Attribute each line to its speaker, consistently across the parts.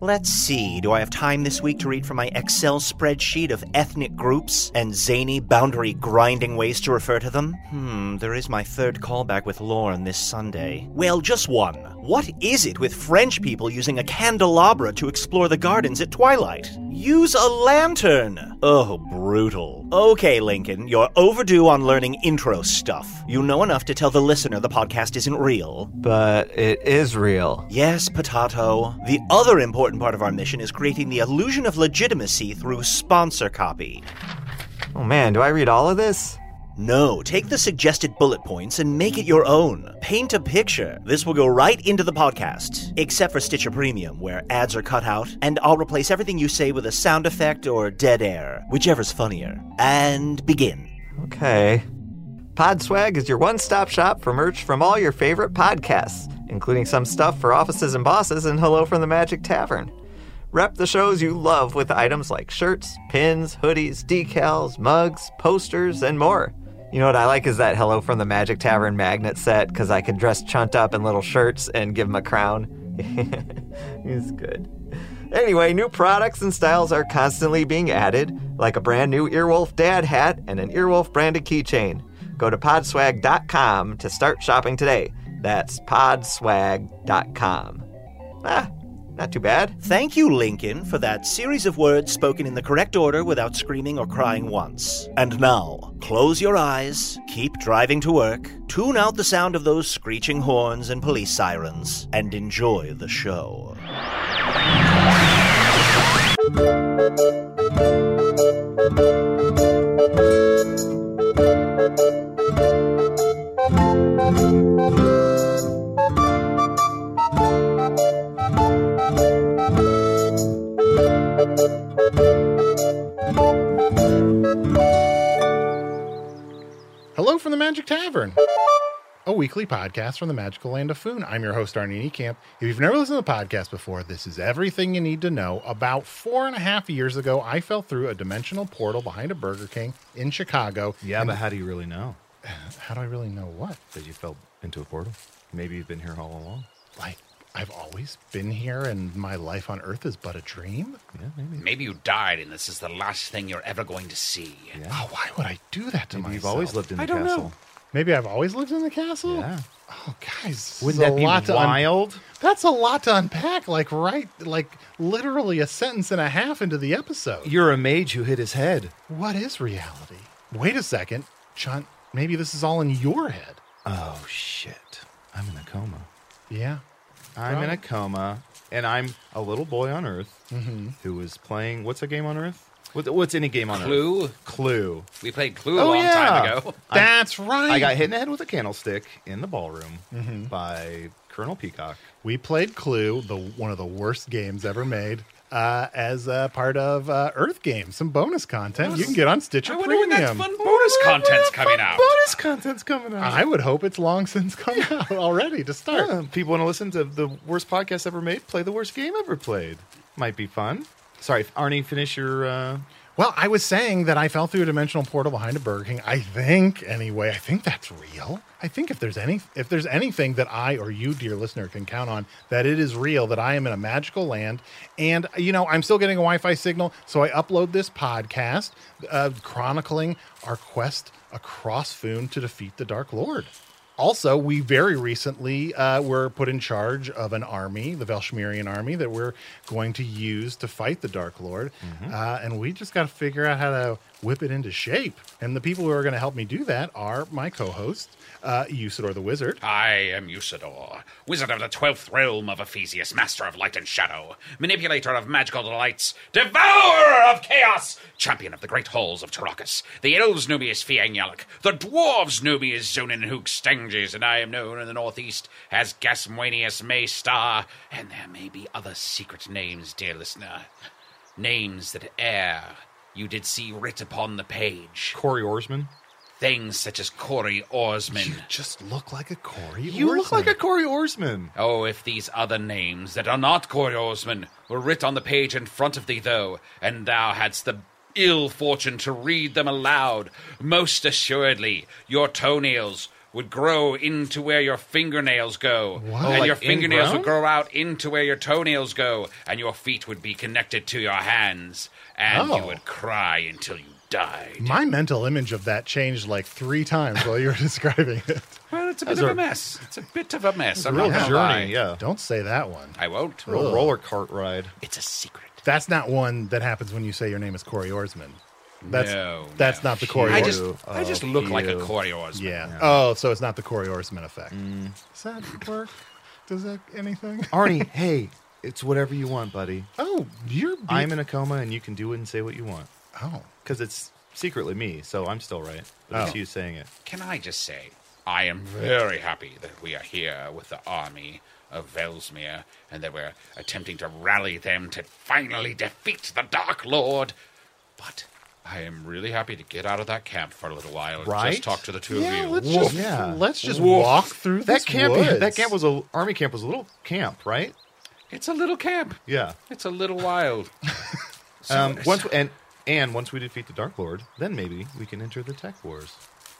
Speaker 1: Let's see, do I have time this week to read from my Excel spreadsheet of ethnic groups and zany, boundary grinding ways to refer to them? Hmm, there is my third callback with Lauren this Sunday. Well, just one. What is it with French people using a candelabra to explore the gardens at twilight? Use a lantern! Oh, brutal. Okay, Lincoln, you're overdue on learning intro stuff. You know enough to tell the listener the podcast isn't real.
Speaker 2: But it is real.
Speaker 1: Yes, Potato. The other important part of our mission is creating the illusion of legitimacy through sponsor copy.
Speaker 2: Oh man, do I read all of this?
Speaker 1: No, take the suggested bullet points and make it your own. Paint a picture. This will go right into the podcast, except for Stitcher Premium, where ads are cut out, and I'll replace everything you say with a sound effect or dead air, whichever's funnier. And begin.
Speaker 2: Okay. Podswag is your one stop shop for merch from all your favorite podcasts, including some stuff for offices and bosses and Hello from the Magic Tavern. Rep the shows you love with items like shirts, pins, hoodies, decals, mugs, posters, and more. You know what I like is that Hello from the Magic Tavern magnet set because I can dress Chunt up in little shirts and give him a crown. He's good. Anyway, new products and styles are constantly being added, like a brand new Earwolf Dad hat and an Earwolf branded keychain. Go to podswag.com to start shopping today. That's podswag.com. Ah, not too bad.
Speaker 1: Thank you, Lincoln, for that series of words spoken in the correct order without screaming or crying once. And now, close your eyes, keep driving to work, tune out the sound of those screeching horns and police sirens, and enjoy the show.
Speaker 3: Hello from the Magic Tavern, a weekly podcast from the magical land of Foon. I'm your host, Arnie Niekamp. If you've never listened to the podcast before, this is everything you need to know. About four and a half years ago, I fell through a dimensional portal behind a Burger King in Chicago.
Speaker 4: Yeah, but how do you really know
Speaker 3: How do I really know what?
Speaker 4: that you fell into a portal? Maybe you've been here all along.
Speaker 3: Like, I've always been here, and my life on Earth is but a dream?
Speaker 4: Yeah, maybe.
Speaker 5: Maybe you died, and this is the last thing you're ever going to see.
Speaker 4: Yeah.
Speaker 3: Oh, why would I do that to
Speaker 4: Maybe
Speaker 3: myself?
Speaker 4: you've always lived in the
Speaker 3: I don't
Speaker 4: castle.
Speaker 3: Know. Maybe I've always lived in the castle?
Speaker 4: Yeah.
Speaker 3: Oh, guys. this is
Speaker 4: Wouldn't
Speaker 3: a
Speaker 4: that be
Speaker 3: lot to un-
Speaker 4: wild?
Speaker 3: That's a lot to unpack. Like right, like literally a sentence and a half into the episode.
Speaker 4: You're a mage who hit his head.
Speaker 3: what is reality? Wait a second, Chunt. Maybe this is all in your head.
Speaker 4: Oh shit! I'm in a coma.
Speaker 3: Yeah.
Speaker 4: I'm in a
Speaker 3: Mm-hmm.
Speaker 4: coma, and I'm a little boy on Earth who was playing. What's a game on Earth? What, what's any game on Earth?
Speaker 5: Clue.
Speaker 4: Clue.
Speaker 5: We played Clue a long time ago.
Speaker 3: That's right.
Speaker 4: I got hit in the head with a candlestick in the ballroom
Speaker 3: Mm-hmm.
Speaker 4: by Colonel Peacock.
Speaker 3: We played Clue, the one of the worst games ever made, uh, as a part of uh, Earth Games. Some bonus content you can get on Stitcher
Speaker 5: I wonder
Speaker 3: Premium.
Speaker 5: when that fun bonus content's coming out.
Speaker 4: Bonus content's coming out.
Speaker 3: I would hope it's long since come out already to start.
Speaker 4: Yeah, people want to listen to the worst podcast ever made. Play the worst game ever played. Might be fun. Sorry, Arnie, finish your. Uh,
Speaker 3: Well, I was saying that I fell through a dimensional portal behind a Burger King. I think, anyway, I think that's real. I think if there's any, if there's anything that I or you, dear listener, can count on, that it is real. That I am in a magical land, and you know, I'm still getting a Wi-Fi signal, so I upload this podcast uh, chronicling our quest across Foon to defeat the Dark Lord. Also, we very recently uh, were put in charge of an army, the Velshmirian army, that we're going to use to fight the Dark Lord.
Speaker 4: Mm-hmm.
Speaker 3: Uh, and we just got to figure out how to whip it into shape. And the people who are going to help me do that are my co hosts, uh, Usador the Wizard.
Speaker 4: Ah,
Speaker 5: I am Usador, wizard of the twelfth realm of Ephesius, master of light and shadow, manipulator of magical delights, devourer of chaos, champion of the great halls of Tarakas. The elves knew me as Fiang Yalak, the dwarves knew me as Zonin Hook Stanges, and I am known in the northeast as Gasmuenius Maystar, and there may be other secret names, dear listener. Names that ere you did see writ upon the page.
Speaker 4: Corey Orsman.
Speaker 5: Things such as Corey Orsman.
Speaker 3: Just look like a Corey.
Speaker 4: You look
Speaker 3: Orson.
Speaker 4: like a Corey Orsman.
Speaker 5: Oh, if these other names that are not Coriolisman were writ on the page in front of thee, though, and thou hadst the ill fortune to read them aloud, most assuredly your toenails would grow into where your fingernails go, and
Speaker 4: Like
Speaker 5: your fingernails
Speaker 4: ingrown?
Speaker 5: would grow out into where your toenails go, and your feet would be connected to your hands, and you
Speaker 3: Oh.
Speaker 5: would cry until you died.
Speaker 3: My mental image of that changed like three times while you were describing it.
Speaker 5: Well, it's a bit
Speaker 4: of
Speaker 5: of
Speaker 4: a
Speaker 5: a mess. It's a bit of a mess. I'm
Speaker 4: Real
Speaker 5: not gonna lie.
Speaker 4: journey, yeah.
Speaker 3: Don't say that one.
Speaker 5: I won't.
Speaker 4: Real roller cart ride.
Speaker 5: It's a secret.
Speaker 3: That's not one that happens when you say your name is Corey Orsman. That's,
Speaker 5: No,
Speaker 3: that's
Speaker 5: no.
Speaker 3: not the Corey
Speaker 5: I
Speaker 3: Orsman.
Speaker 5: just, I just look like a Coriolis.
Speaker 3: Yeah. Oh, so it's not the Corey Orsman effect. Does that work? Does that anything?
Speaker 4: Mm. Arnie, hey, it's whatever you want, buddy.
Speaker 3: Oh, you're. Be-
Speaker 4: I'm in a coma, and you can do and say what you want
Speaker 3: Oh,
Speaker 4: because it's secretly me, so I'm still right. But it's
Speaker 3: Oh.
Speaker 4: you saying it.
Speaker 5: Can I just say, I am very happy that we are here with the army of Velsmere and that we're attempting to rally them to finally defeat the Dark Lord. But I am really happy to get out of that camp for a little while and
Speaker 4: Right?
Speaker 5: just talk to the two
Speaker 3: yeah.
Speaker 5: of you.
Speaker 3: Let's
Speaker 4: Woof.
Speaker 3: just
Speaker 4: Yeah.
Speaker 3: let's just
Speaker 4: Woof.
Speaker 3: walk through
Speaker 4: That
Speaker 3: this
Speaker 4: camp,
Speaker 3: Woods.
Speaker 4: that camp was a army camp was a little camp, right?
Speaker 5: It's a little camp.
Speaker 4: Yeah.
Speaker 5: It's a little wild. So
Speaker 4: Um,
Speaker 5: it's-
Speaker 4: once and and once we defeat the Dark Lord, then maybe we can enter the Tech Wars.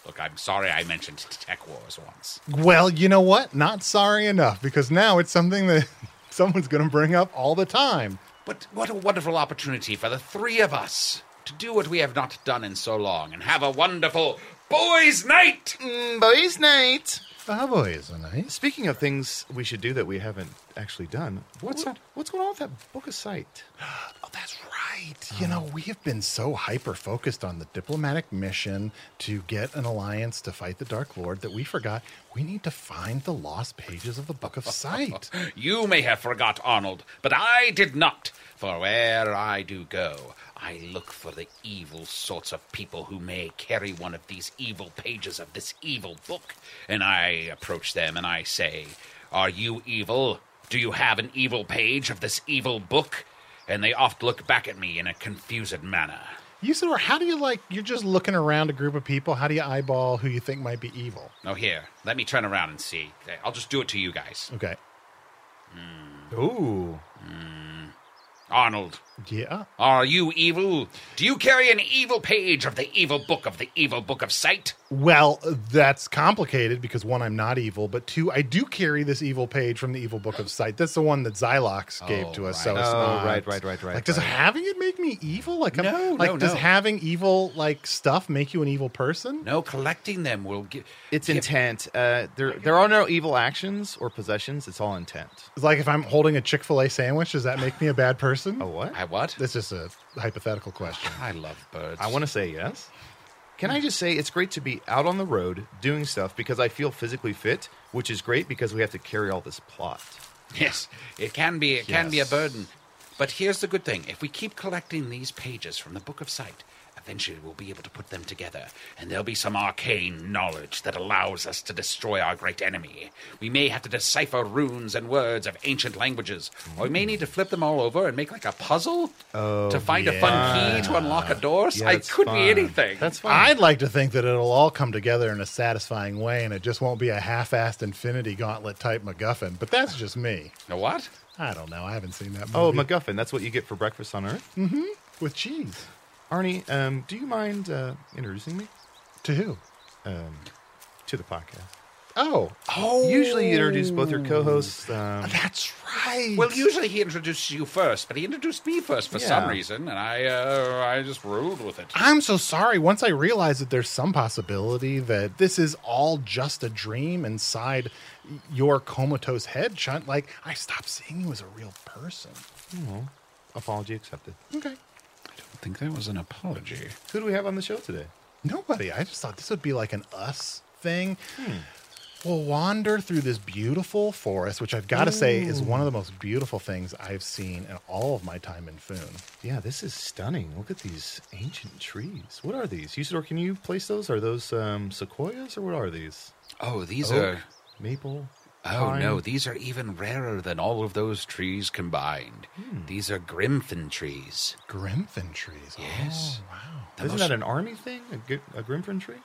Speaker 5: Look, I'm sorry I mentioned Tech Wars once.
Speaker 3: Well, you know what? Not sorry enough because now it's something that someone's going to bring up all the time.
Speaker 5: But what a wonderful opportunity for the three of us to do what we have not done in so long and have a wonderful boys' night!
Speaker 4: Boys' night.
Speaker 3: Oh boy, is it nice?
Speaker 4: Speaking of things we should do that we haven't actually done,
Speaker 5: What's
Speaker 4: what-
Speaker 5: that?
Speaker 4: What's going on with that book of sight?
Speaker 3: Oh, that's right. You know, we have been so hyper focused on the diplomatic mission to get an alliance to fight the Dark Lord that we forgot we need to find the lost pages of the Book of Sight.
Speaker 5: You may have forgot Arnold, but I did not. For where I do go, I look for the evil sorts of people who may carry one of these evil pages of this evil book. And I approach them and I say, Are you evil? Do you have an evil page of this evil book? And they oft look back at me in a confused manner.
Speaker 3: You said, or how do you like, you're just looking around a group of people. How do you eyeball who you think might be evil?
Speaker 5: Oh, here, let me turn around and see. I'll just do it to you guys.
Speaker 3: Okay.
Speaker 4: Ooh,
Speaker 5: Arnold,
Speaker 3: Yeah.
Speaker 5: Are you evil? Do you carry an evil page of the evil book of the evil book of sight?
Speaker 3: Well, that's complicated because one, I'm not evil, but two, I do carry this evil page from the evil book of sight. That's the one that Xylox gave to us. So
Speaker 5: right.
Speaker 3: it's
Speaker 4: Oh,
Speaker 3: not-
Speaker 4: right, right, right, right,
Speaker 3: Like, does
Speaker 4: right.
Speaker 3: having it make me evil? Like, I'm-
Speaker 5: No,
Speaker 3: like
Speaker 5: no,
Speaker 3: does
Speaker 5: no.
Speaker 3: having evil like stuff make you an evil person?
Speaker 5: No, collecting them will give.
Speaker 4: it's
Speaker 5: give-
Speaker 4: intent. Uh, there, there are no evil actions or possessions. It's all intent.
Speaker 3: Like, if I'm holding a Chick Fil A sandwich, does that make me a bad person?
Speaker 4: Oh, what?
Speaker 5: I what?
Speaker 3: That's just a hypothetical question.
Speaker 5: I love birds.
Speaker 4: I want to say yes. Can I just say it's great to be out on the road doing stuff because I feel physically fit, which is great because we have to carry all this plot.
Speaker 5: Yes, it can be. It can be a
Speaker 4: Yes.
Speaker 5: burden. But here's the good thing if we keep collecting these pages from the Book of Sight, eventually we'll be able to put them together, and there'll be some arcane knowledge that allows us to destroy our great enemy. We may have to decipher runes and words of ancient languages, or we may need to flip them all over and make like a puzzle to find a fun key to unlock a door.
Speaker 4: Oh, Yeah,
Speaker 5: it
Speaker 4: that's
Speaker 5: could
Speaker 4: fun.
Speaker 5: be anything.
Speaker 4: That's fine.
Speaker 3: I'd like to think that it'll all come together in a satisfying way and it just won't be a half assed Infinity Gauntlet type MacGuffin, but that's just me.
Speaker 5: A what?
Speaker 3: I don't know. I haven't seen that movie.
Speaker 4: oh, MacGuffin. That's what you get for breakfast on Earth.
Speaker 3: with cheese.
Speaker 4: Arnie, um, do you mind uh, introducing me
Speaker 3: To who?
Speaker 4: um, to the podcast?
Speaker 3: Oh,
Speaker 4: Oh. Usually you introduce both your co-hosts. Um,
Speaker 3: that's right.
Speaker 5: Well, usually he introduces you first, but he introduced me first for
Speaker 4: Yeah.
Speaker 5: some reason, and I, uh, I just ruled with it.
Speaker 3: I'm so sorry. Once I realized that there's some possibility that this is all just a dream inside your comatose head, Chunt, like I stopped seeing you as a real person.
Speaker 4: apology accepted.
Speaker 3: Okay.
Speaker 5: I think that was an apology.
Speaker 4: Who do we have on the show today?
Speaker 3: Nobody. I just thought this would be like an us thing. We'll wander through this beautiful forest, which I've got to say is one of the most beautiful things I've seen in all of my time in Foon.
Speaker 4: Yeah, this is stunning. Look at these ancient trees. What are these? Usador, can you place those? Are those um, sequoias or what are these?
Speaker 5: Oh, these
Speaker 4: Oak,
Speaker 5: are.
Speaker 4: maple.
Speaker 5: Oh
Speaker 4: pine?
Speaker 5: no, these are even rarer than all of those trees combined.
Speaker 4: Hmm.
Speaker 5: These are Grimfin trees.
Speaker 3: Grimfin trees.
Speaker 5: Yes.
Speaker 3: Oh, wow.
Speaker 5: The
Speaker 4: Isn't
Speaker 5: most-
Speaker 4: that an army thing? A, gr- a Grimfin tree?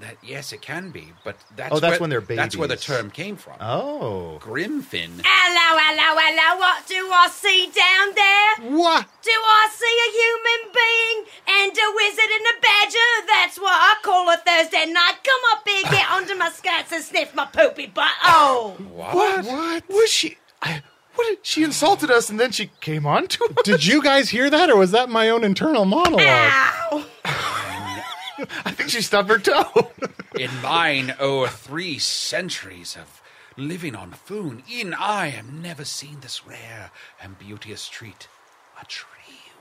Speaker 5: that- Yes, it can be, but that's
Speaker 4: Oh, that's
Speaker 5: where-
Speaker 4: when they're
Speaker 5: That's where the
Speaker 4: babies.
Speaker 5: term came from.
Speaker 4: Oh,
Speaker 5: Grimfin.
Speaker 6: Hello, hello, hello. What do I see down there?
Speaker 3: What?
Speaker 6: Do I see a human being and a wizard and a badger? That's what I call a Thursday night. Come up here, get under my skirts and sniff my poopy butt. Oh,
Speaker 5: What?
Speaker 3: What?
Speaker 4: was she? I, what? did- She insulted us and then she came on to us.
Speaker 3: Did you guys hear that, or was that my own internal monologue?
Speaker 6: ow.
Speaker 4: I think she stubbed her toe.
Speaker 5: In mine, o'er three centuries of living on Foon, e'en I have never seen this rare and beauteous treat. A tree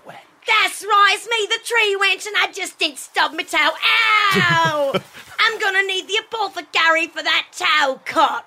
Speaker 5: wench.
Speaker 6: That's right, it's me, the tree wench, and I just did stub my toe. Ow! I'm gonna need the apothecary for that toe cut.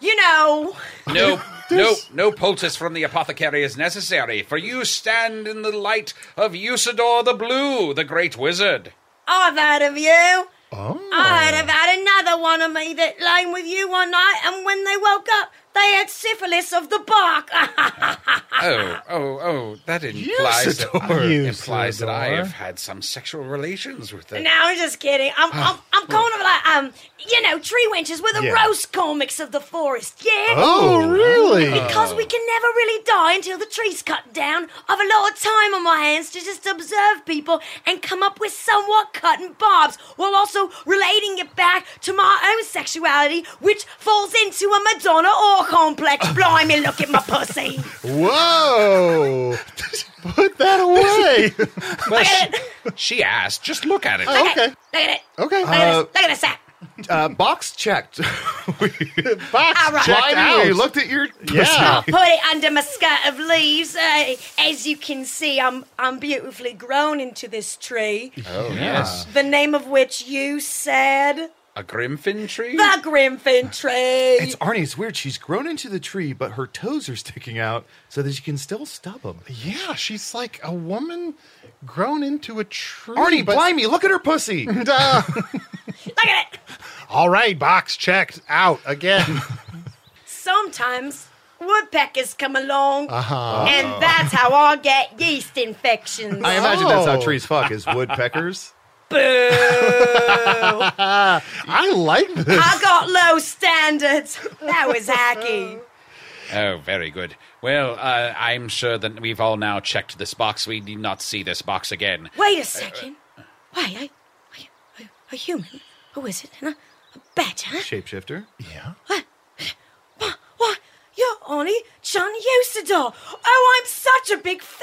Speaker 6: You know.
Speaker 5: No, no, no poultice from the apothecary is necessary, for you stand in the light of Usador the Blue, the great wizard.
Speaker 6: I've heard of you.
Speaker 3: Oh.
Speaker 6: I heard about another one of me that lain with you one night, and when they woke up, they had syphilis of the bark.
Speaker 5: Oh, oh, oh, that implies, that, uh,
Speaker 3: Usador.
Speaker 5: implies that I
Speaker 3: Usador.
Speaker 5: have had some sexual relations with them.
Speaker 6: no, I'm just kidding. I'm, I'm, I'm calling them like, um, you know, tree wenches were the
Speaker 3: Ah, Yeah.
Speaker 6: roast comics of the forest, yeah?
Speaker 3: Oh, really?
Speaker 6: Because we can never really die until the tree's cut down. I've a lot of time on my hands to just observe people and come up with somewhat cutting barbs, while also relating it back to my own sexuality, which falls into a Madonna or complex. Blimey, look at my pussy.
Speaker 3: Whoa! Put that away.
Speaker 6: Look at it.
Speaker 5: She asked, just look at it.
Speaker 3: Oh,
Speaker 6: Look at
Speaker 3: okay.
Speaker 6: it. Look at it.
Speaker 3: Okay.
Speaker 6: Look at, this. Look at this. app.
Speaker 4: uh, box checked.
Speaker 3: Box
Speaker 6: All right.
Speaker 3: checked
Speaker 6: Blimey,
Speaker 3: out.
Speaker 4: you looked at your.
Speaker 3: yeah.
Speaker 6: I'll put it under my skirt of leaves. Uh, as you can see, I'm I'm beautifully grown into this tree.
Speaker 5: Oh, yes.
Speaker 6: The name of which you said
Speaker 5: A Grimfin tree?
Speaker 6: the Grimfin tree.
Speaker 4: It's Arnie. It's weird. She's grown into the tree, but her toes are sticking out so that she can still stub them.
Speaker 3: Yeah, she's like a woman grown into a tree.
Speaker 4: Arnie,
Speaker 3: but-
Speaker 4: blimey, look at her pussy.
Speaker 3: Duh.
Speaker 6: Look at it.
Speaker 3: All right, box checked out again.
Speaker 6: Sometimes woodpeckers come along, and that's how I get yeast infections.
Speaker 4: I imagine that's how
Speaker 3: Oh.
Speaker 4: trees fuck is woodpeckers.
Speaker 6: Boo!
Speaker 3: I like this.
Speaker 6: I got low standards. That was hacky.
Speaker 5: Oh, very good. Well, uh, I'm sure that we've all now checked this box. We need not see this box again.
Speaker 6: Wait a second. Wait, I, I, I, a human, a wizard, and a, a badger.
Speaker 4: Shapeshifter.
Speaker 3: Yeah.
Speaker 6: What? What? You're Ollie John Usador. Oh, I'm such a big fan.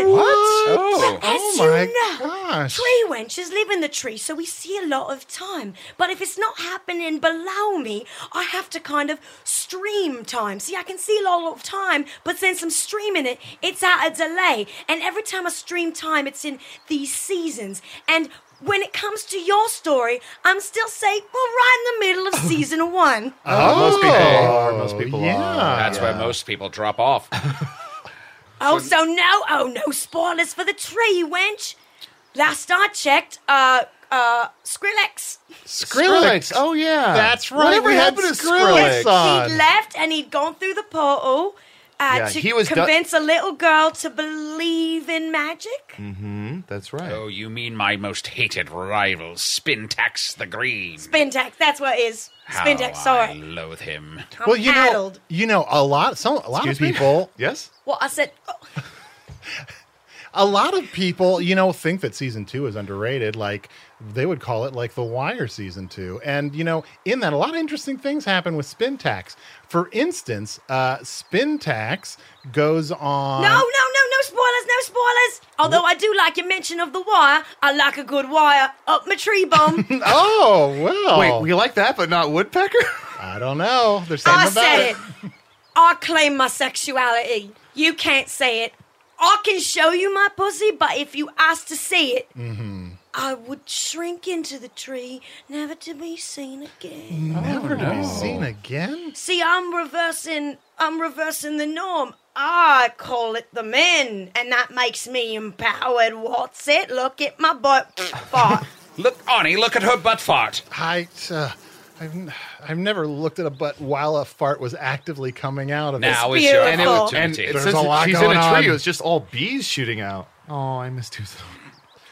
Speaker 5: Oh,
Speaker 6: As
Speaker 3: Oh
Speaker 6: you
Speaker 3: my
Speaker 6: know,
Speaker 3: gosh.
Speaker 6: tree wenches live in the tree, so we see a lot of time. But if it's not happening below me, I have to kind of stream time. See, I can see a lot of time, but since I'm streaming it, it's at a delay. And every time I stream time, it's in these seasons. And when it comes to your story, I'm still, say, well, right in the middle of season one.
Speaker 4: Oh, most people are. Most people
Speaker 3: yeah.
Speaker 4: are.
Speaker 5: that's where most people drop off.
Speaker 6: Oh, so no, oh no, spoilers for the tree, you wench. Last I checked, uh, uh, Skrillex.
Speaker 3: Skrillex.
Speaker 4: Oh yeah,
Speaker 3: That's right.
Speaker 4: Whatever
Speaker 3: we had
Speaker 4: happened to Skrillex?
Speaker 3: on?
Speaker 6: He'd left and he'd gone through the portal uh,
Speaker 4: Yeah,
Speaker 6: to
Speaker 4: he was do-
Speaker 6: convince a little girl to believe in magic.
Speaker 4: That's right.
Speaker 5: Oh, you mean my most hated rival, Spintax the Green?
Speaker 6: Spintax, that's what it is.
Speaker 5: How
Speaker 6: Spintax,
Speaker 5: I
Speaker 6: sorry.
Speaker 5: loathe him.
Speaker 6: I'm
Speaker 3: Well, you know,
Speaker 6: addled.
Speaker 3: you know, a lot, some, a lot of
Speaker 4: Excuse me?
Speaker 3: people,
Speaker 4: Yes.
Speaker 6: Well, I said, oh,
Speaker 3: a lot of people, you know, think that season two is underrated. Like they would call it like the Wire season two, and you know, in that, a lot of interesting things happen with Spin Tax. For instance, uh, Spin Tax goes on.
Speaker 6: no, no, no, no spoilers, no spoilers. Although I do like your mention of the wire. I like a good wire up my tree bomb.
Speaker 3: Oh well.
Speaker 4: Wait, we like that, but not Woodpecker.
Speaker 3: I don't know. There's something
Speaker 6: I
Speaker 3: about
Speaker 6: said it. I claim my sexuality. You can't say it. I can show you my pussy, but if you asked to see it, I would shrink into the tree, never to be seen again.
Speaker 3: Never to be seen again.
Speaker 6: See, I'm reversing. I'm reversing the norm. I call it the men, and that makes me empowered. What's it? Look at my butt fart.
Speaker 5: Look, Arnie, look at her butt fart.
Speaker 3: I, uh, I've, n- I've never looked at a butt while a fart was actively coming out of
Speaker 5: Now
Speaker 6: It's
Speaker 5: is your
Speaker 6: beautiful.
Speaker 4: and
Speaker 5: opportunity.
Speaker 4: it
Speaker 3: There's
Speaker 4: says
Speaker 3: a lot
Speaker 4: she's in
Speaker 3: going
Speaker 4: a tree.
Speaker 3: on.
Speaker 4: It was just all bees shooting out. Oh, I missed two.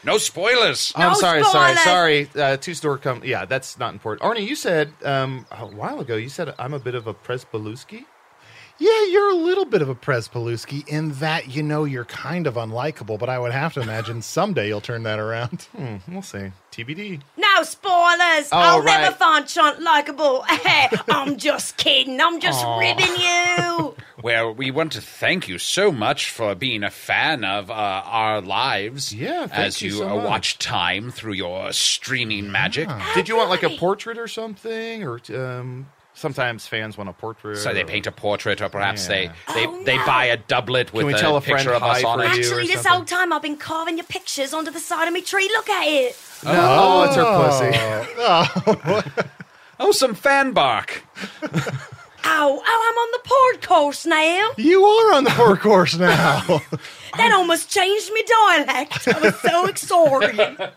Speaker 5: no spoilers.
Speaker 6: No
Speaker 4: I'm sorry, sorry,
Speaker 6: spoilers!
Speaker 4: sorry. Uh, two store come. Yeah, that's not important. Arnie, you said um, a while ago. You said I'm a bit of a Presbaluski.
Speaker 3: Yeah, you're a little bit of a Prez Paluski in that you know you're kind of unlikable, but I would have to imagine someday you'll turn that around.
Speaker 4: We'll see. TBD.
Speaker 6: No spoilers. I'll never
Speaker 4: right.
Speaker 6: find Chant likable. I'm just kidding. I'm just ribbing you.
Speaker 5: Well, we want to thank you so much for being a fan of uh, our lives.
Speaker 4: Yeah, thank
Speaker 5: as
Speaker 4: you
Speaker 5: you,
Speaker 4: so
Speaker 5: uh,
Speaker 4: much.
Speaker 5: watch time through your streaming magic.
Speaker 4: Did you want like a
Speaker 6: right.
Speaker 4: portrait or something? Or um, sometimes fans want a portrait.
Speaker 5: So they paint a portrait, or perhaps
Speaker 4: Yeah.
Speaker 5: they they,
Speaker 6: Oh,
Speaker 5: they
Speaker 6: no.
Speaker 5: buy a doublet with
Speaker 4: we
Speaker 5: a
Speaker 4: tell a
Speaker 5: picture
Speaker 4: friend
Speaker 5: of us
Speaker 4: hi
Speaker 5: on it.
Speaker 4: for you? or
Speaker 6: Actually, this
Speaker 4: something.
Speaker 6: whole time I've been carving your pictures onto the side of my tree. Look at it.
Speaker 4: No, oh, it's her pussy.
Speaker 5: Oh, some fan bark.
Speaker 6: Ow, oh, I'm on the podcast now.
Speaker 3: You are on the horse course now.
Speaker 6: That almost changed me dialect. I was so excited.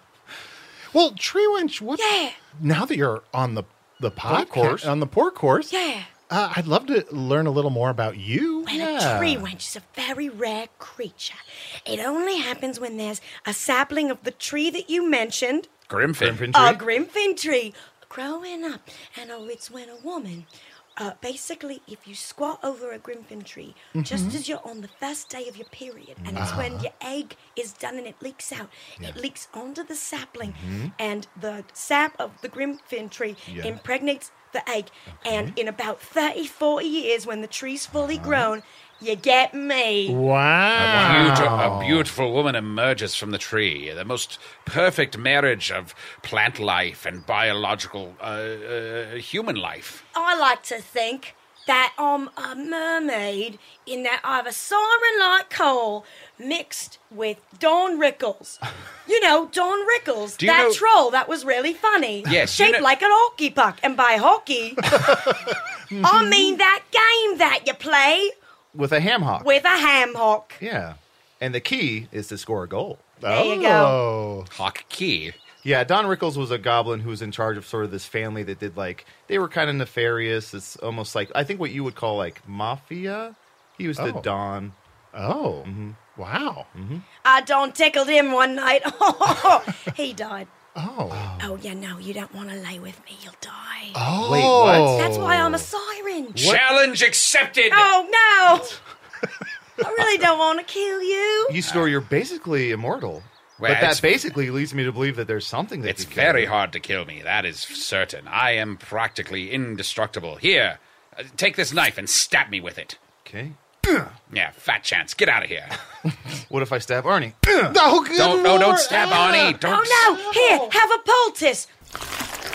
Speaker 3: well, Tree Wench, what?
Speaker 6: Yeah.
Speaker 3: Now that you're on the the pod
Speaker 4: course.
Speaker 3: on the pork course,
Speaker 6: Yeah.
Speaker 3: uh, I'd love to learn a little more about you.
Speaker 6: Well, a tree wench is a very rare creature. It only happens when there's a sapling of the tree that you mentioned,
Speaker 5: Grimfin.
Speaker 6: a grimfin tree, growing up. And oh, it's when a woman. Uh, basically, if you squat over a grimfin tree, just as you're on the first day of your period, and it's when your egg is done and it leaks out, it leaks onto the sapling, and the sap of the grimfin tree impregnates the egg. And in about 30, 40 years, when the tree's fully grown, you get me.
Speaker 3: Wow.
Speaker 5: Beauti- a beautiful woman emerges from the tree, the most perfect marriage of plant life and biological uh, uh, human life.
Speaker 6: I like to think that I'm a mermaid in that I have a siren like call mixed with Don Rickles. You know, Don Rickles,
Speaker 5: Do you
Speaker 6: that
Speaker 5: know-
Speaker 6: troll that was really funny.
Speaker 5: Yes, you
Speaker 6: Shaped
Speaker 5: know-
Speaker 6: like an hockey puck. And by hockey, I mean that game that you play
Speaker 4: With a ham hock.
Speaker 6: with a ham hock.
Speaker 4: Yeah. And the key is to score a goal.
Speaker 6: There you go.
Speaker 5: Hawk Key.
Speaker 4: Yeah, Don Rickles was a goblin who was in charge of sort of this family that did like they were kind of nefarious. It's almost like I think what you would call like mafia. He was the
Speaker 3: Oh.
Speaker 4: Don.
Speaker 3: Oh. Wow.
Speaker 6: I Don tickled him one night. he died.
Speaker 3: Oh.
Speaker 6: Oh, yeah, no, you don't want to lay with me. You'll die.
Speaker 3: Oh.
Speaker 4: what?
Speaker 6: That's why I'm a siren.
Speaker 5: Challenge accepted.
Speaker 6: Oh no! I really don't want to kill you.
Speaker 4: You store you're basically immortal.
Speaker 5: Well,
Speaker 4: but
Speaker 5: it's-
Speaker 4: that basically leads me to believe that there's something that
Speaker 5: It's
Speaker 4: could kill
Speaker 5: very
Speaker 4: you.
Speaker 5: hard to kill me, that is certain. I am practically indestructible. Here, uh, take this knife and stab me with it.
Speaker 4: Okay.
Speaker 5: Yeah, fat chance. Get out of here.
Speaker 4: What if I stab Arnie?
Speaker 3: Oh, good
Speaker 5: Don't, no,
Speaker 3: lord.
Speaker 5: don't stab Arnie. Don't.
Speaker 6: Ah! Oh no! Here, have a poultice.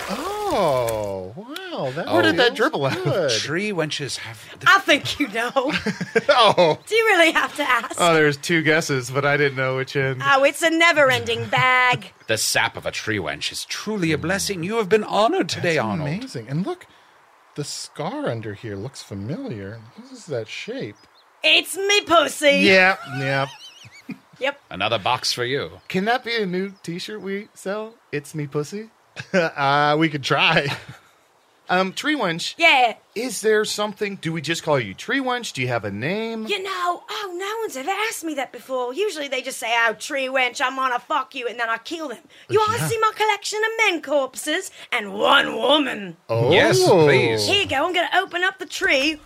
Speaker 3: Oh. Wow. That
Speaker 4: Where did that
Speaker 3: feels
Speaker 4: dribble out?
Speaker 3: good.
Speaker 5: Tree wenches have. The,
Speaker 6: I think you know. oh. Do you really have to ask?
Speaker 4: Oh, there's two guesses, but I didn't know which end.
Speaker 6: oh, it's a never-ending bag.
Speaker 5: the sap of a tree wench is truly a blessing. You have been honored today, Arnold.
Speaker 3: Amazing. And look, the scar under here looks familiar. What is that shape?
Speaker 6: It's me, pussy.
Speaker 3: Yeah, yeah.
Speaker 6: Yep.
Speaker 5: Another box for you.
Speaker 4: Can that be a new T-shirt we sell? It's me, pussy.
Speaker 3: Uh, we could try.
Speaker 4: Um, Tree Wench.
Speaker 6: Yeah.
Speaker 4: Is there something? Do we just call you Tree Wench? Do you have a name?
Speaker 6: You know, oh, no one's ever asked me that before. Usually they just say, oh, tree wench, I'm gonna fuck you, and then I kill them. You want to see my collection of men corpses and one woman?
Speaker 3: Oh,
Speaker 5: Yes, please.
Speaker 6: Here you go, I'm gonna open up the tree.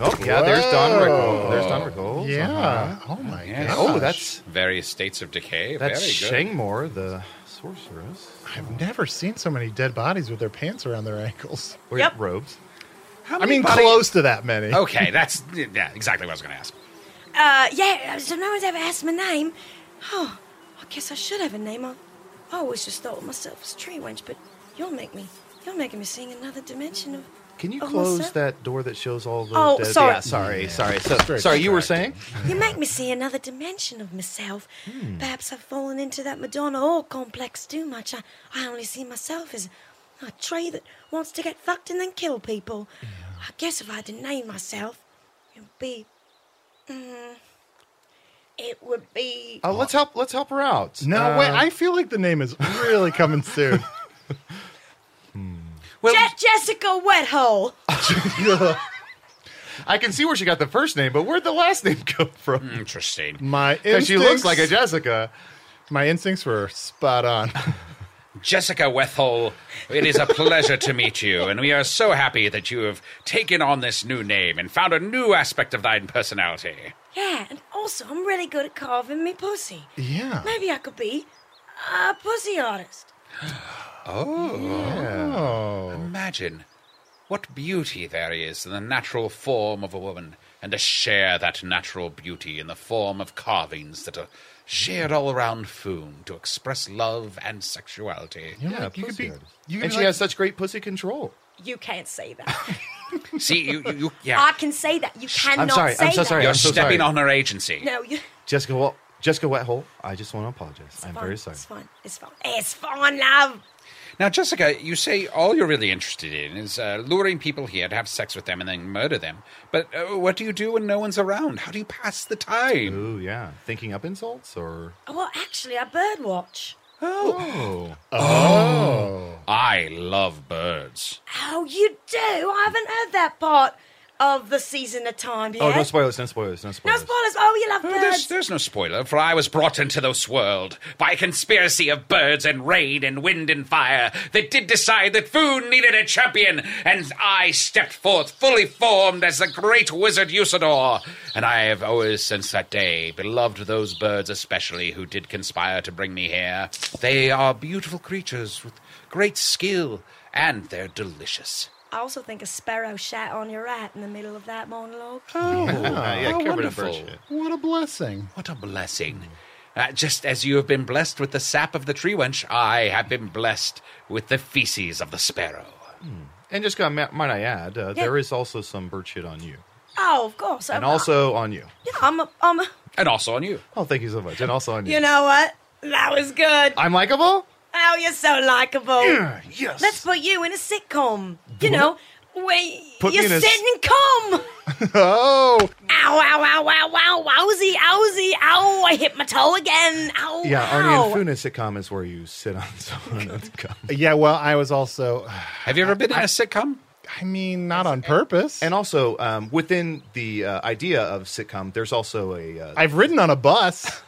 Speaker 4: Oh, yeah. There's Don Rickles. There's Don Rickles. Uh-huh.
Speaker 3: Yeah. Oh my god.
Speaker 5: Yes.
Speaker 4: Oh, that's
Speaker 5: Various states of decay.
Speaker 4: that's
Speaker 5: Very good.
Speaker 4: Shangmore, the sorceress.
Speaker 3: I've never seen so many dead bodies with their pants around their ankles.
Speaker 4: Or
Speaker 6: Yep.
Speaker 4: robes.
Speaker 3: I mean, close to that many.
Speaker 5: Okay, that's yeah, exactly what I was going to ask.
Speaker 6: Uh, yeah, so no one's ever asked my name. Oh, I guess I should have a name. I, I always just thought of myself as tree wench, but you'll make me, you're making me seeing another dimension of.
Speaker 4: Can you
Speaker 6: of
Speaker 4: close
Speaker 6: myself.
Speaker 4: that door that shows all the?
Speaker 6: Oh,
Speaker 4: dead-
Speaker 6: sorry.
Speaker 4: Yeah, sorry, sorry. So, sorry, you were saying?
Speaker 6: You make me see another dimension of myself. Perhaps I've fallen into that Madonna or complex too much. I, I only see myself as a tree that wants to get fucked and then kill people. I guess if I had to name myself, it would be. Mm, it would be.
Speaker 4: Uh, let's help. Let's help her out.
Speaker 3: No, wait. I feel like the name is really coming soon.
Speaker 6: Je- Jessica Wethole!
Speaker 4: I can see where she got the first name, but where'd the last name come from?
Speaker 5: Interesting.
Speaker 3: My instincts.
Speaker 4: Because she looks like a Jessica.
Speaker 3: My instincts were spot on.
Speaker 5: Jessica Wethole, it is a pleasure to meet you, and we are so happy that you have taken on this new name and found a new aspect of thine personality.
Speaker 6: Yeah, and also I'm really good at carving me pussy.
Speaker 3: Yeah.
Speaker 6: Maybe I could be a pussy artist.
Speaker 5: Imagine what beauty there is in the natural form of a woman, and to share that natural beauty in the form of carvings that are shared all around Foon to express love and sexuality.
Speaker 3: You're like, you could
Speaker 4: pussy
Speaker 3: be.
Speaker 4: artist.
Speaker 3: You could
Speaker 4: And
Speaker 3: be
Speaker 4: she
Speaker 3: like-
Speaker 4: has such great pussy control.
Speaker 6: You can't say that.
Speaker 5: See, you, you, you yeah.
Speaker 6: I can say that. You cannot
Speaker 4: sorry, I'm
Speaker 6: say
Speaker 4: so
Speaker 6: that.
Speaker 4: sorry.
Speaker 5: You're
Speaker 4: I'm so
Speaker 5: stepping
Speaker 4: sorry.
Speaker 5: on her agency.
Speaker 6: No, you.
Speaker 4: Jessica, well, Jessica Wethole, I just want to apologize. I'm
Speaker 6: fine.
Speaker 4: very sorry.
Speaker 6: It's fine. It's fine. It's fine, love.
Speaker 5: Now, Jessica, you say all you're really interested in is uh, luring people here to have sex with them and then murder them. But uh, what do you do when no one's around? How do you pass the time?
Speaker 4: Ooh, yeah. Thinking up insults or
Speaker 6: Well, actually, I birdwatch.
Speaker 4: oh,
Speaker 5: I love birds.
Speaker 6: Oh, you do? I haven't heard that part of the season of time yet.
Speaker 4: oh, no spoilers, no spoilers, no
Speaker 6: No
Speaker 4: spoilers.
Speaker 6: spoilers. Oh, you love
Speaker 5: Oh, there's,
Speaker 6: birds.
Speaker 5: there's no spoiler, for I was brought into this world by a conspiracy of birds and rain and wind and fire that did decide that Foon needed a champion, and I stepped forth fully formed as the great wizard Usador. And I have always, since that day, beloved those birds especially who did conspire to bring me here. They are beautiful creatures with great skill, and they're delicious.
Speaker 6: I also think a sparrow shat on your rat in the middle of that monologue.
Speaker 4: Yeah, yeah,
Speaker 5: How
Speaker 4: get rid of
Speaker 5: wonderful.
Speaker 4: bird shit.
Speaker 3: What a blessing.
Speaker 5: What a blessing. Uh, just as you have been blessed with the sap of the tree wench, I have been blessed with the feces of the sparrow.
Speaker 4: And just got, might I add, uh, there is also some bird shit on you.
Speaker 6: Oh, of course.
Speaker 4: And
Speaker 6: I'm-
Speaker 4: also on you.
Speaker 6: yeah, I'm a, I'm a.
Speaker 5: And also on you.
Speaker 4: Oh, thank you so much. And also on you.
Speaker 6: You know what? That was good.
Speaker 4: I'm likable?
Speaker 6: Oh, you're so likable.
Speaker 4: Yes.
Speaker 6: Let's put you in a sitcom. You know, where
Speaker 4: Put me
Speaker 6: you're
Speaker 4: in a s-
Speaker 6: sitting and cum.
Speaker 3: Oh,
Speaker 6: Ow, ow, ow, ow, ow, wowsy, owsy, ow, I hit my toe again. Ow,
Speaker 4: yeah,
Speaker 6: ow.
Speaker 4: Arnie and Funa sitcom is where you sit on someone and come.
Speaker 3: yeah. Well, I was also.
Speaker 5: Have you ever been in a sitcom?
Speaker 3: I mean, not on purpose.
Speaker 4: And also, um, within the uh, idea of sitcom, there's also a. Uh,
Speaker 3: I've ridden on a bus.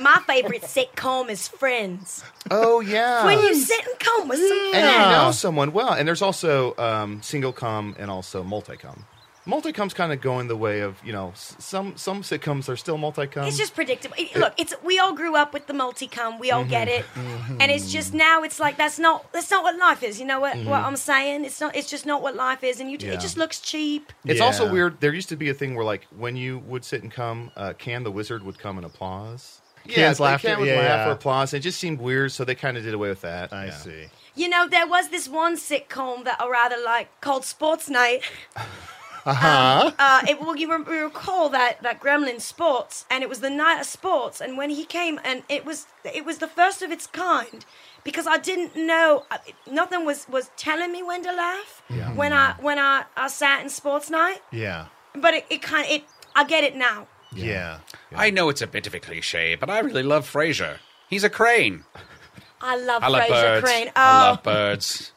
Speaker 6: My favorite sitcom is Friends.
Speaker 4: oh, yeah.
Speaker 6: When you sit and cum with some
Speaker 4: and you
Speaker 3: Yeah.
Speaker 4: know someone well. And there's also um, single com and also multicom. Multicom's kind of going the way of you know s- some some sitcoms are still multicom.
Speaker 6: It's just predictable. It- look, it's we all grew up with the multicom. We all get it,
Speaker 4: Mm-hmm.
Speaker 6: and it's just now it's like that's not that's not what life is. You know what what I'm saying? It's not. It's just not what life is, and you
Speaker 4: Mm-hmm. Yeah.
Speaker 6: it just looks cheap.
Speaker 4: It's also
Speaker 3: Yeah.
Speaker 4: weird. There used to be a thing where like when you would sit and come, uh, can the wizard would come and applause.
Speaker 3: Can's
Speaker 4: like,
Speaker 3: laughter,
Speaker 4: Can would
Speaker 3: yeah,
Speaker 4: laugh
Speaker 3: yeah.
Speaker 4: or applause. It just seemed weird, so they kind of did away with that.
Speaker 3: I
Speaker 4: Yeah.
Speaker 3: see.
Speaker 6: You know, there was this one sitcom that I rather like called Sports Night. Uh-huh. uh, it will you re- recall that that Gremlin Sports, and it was the night of sports, and when he came, and it was it was the first of its kind, because I didn't know I- nothing was was telling me when to laugh when I when I, I sat in Sports Night,
Speaker 3: Yeah.
Speaker 6: but it, it kind it I get it now.
Speaker 3: Yeah.
Speaker 5: I know it's a bit of a cliche, but I really love Frasier. He's a crane.
Speaker 6: I love
Speaker 5: I love
Speaker 6: Fraser
Speaker 5: birds.
Speaker 6: Crane. Oh,
Speaker 5: I love birds.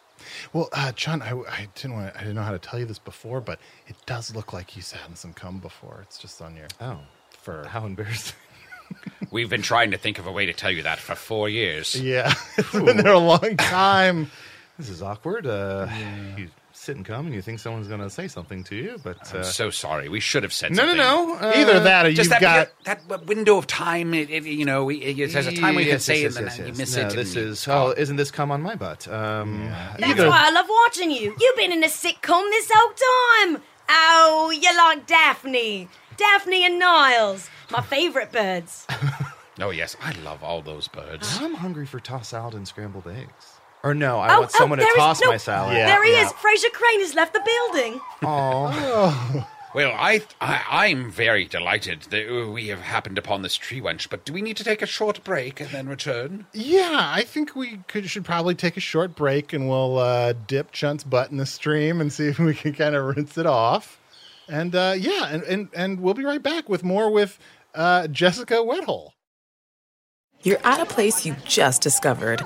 Speaker 3: Well, uh, John, I, I didn't want I didn't know how to tell you this before, but it does look like you sat in some cum before. It's just on your
Speaker 4: Oh,
Speaker 3: fur.
Speaker 4: how embarrassing.
Speaker 5: We've been trying to think of a way to tell you that for four years.
Speaker 3: Yeah, it's been there a long time.
Speaker 4: This is awkward. Uh, You sit and come, and you think someone's going to say something to you, but uh,
Speaker 5: I'm so sorry. We should have said
Speaker 4: no, no,
Speaker 5: something.
Speaker 4: no. Uh,
Speaker 3: Either that or you've
Speaker 5: Just that,
Speaker 3: got.
Speaker 5: that w- window of time, it, it- you know, we- it- there's a time we can
Speaker 4: yes,
Speaker 5: say
Speaker 4: yes,
Speaker 5: it and
Speaker 4: yes,
Speaker 5: then
Speaker 4: yes.
Speaker 5: you miss
Speaker 4: no,
Speaker 5: it.
Speaker 4: This
Speaker 5: and-
Speaker 4: is oh, isn't this come on my butt? Um,
Speaker 6: that's
Speaker 3: either-
Speaker 6: why I love watching you. You've been in a sitcom this whole time. Oh, you like Daphne. Daphne and Niles. My favourite birds.
Speaker 5: Oh, yes. I love all those birds.
Speaker 4: I'm hungry for tossed salad and scrambled eggs. Or no, I
Speaker 6: Oh,
Speaker 4: want someone
Speaker 6: oh,
Speaker 4: to
Speaker 6: there is-
Speaker 4: toss
Speaker 6: no,
Speaker 4: my salad.
Speaker 3: Yeah.
Speaker 6: there he
Speaker 3: yeah.
Speaker 6: is. Fraser Crane has left the building.
Speaker 4: Aw.
Speaker 5: Well, I, I, I'm very delighted that uh, we have happened upon this tree wench, but do we need to take a short break and then return?
Speaker 3: Yeah, I think we could should probably take a short break and we'll uh, dip Chunt's butt in the stream and see if we can kind of rinse it off. And uh, yeah, and, and and we'll be right back with more with uh, Jessica Wethole.
Speaker 7: You're at a place you just discovered.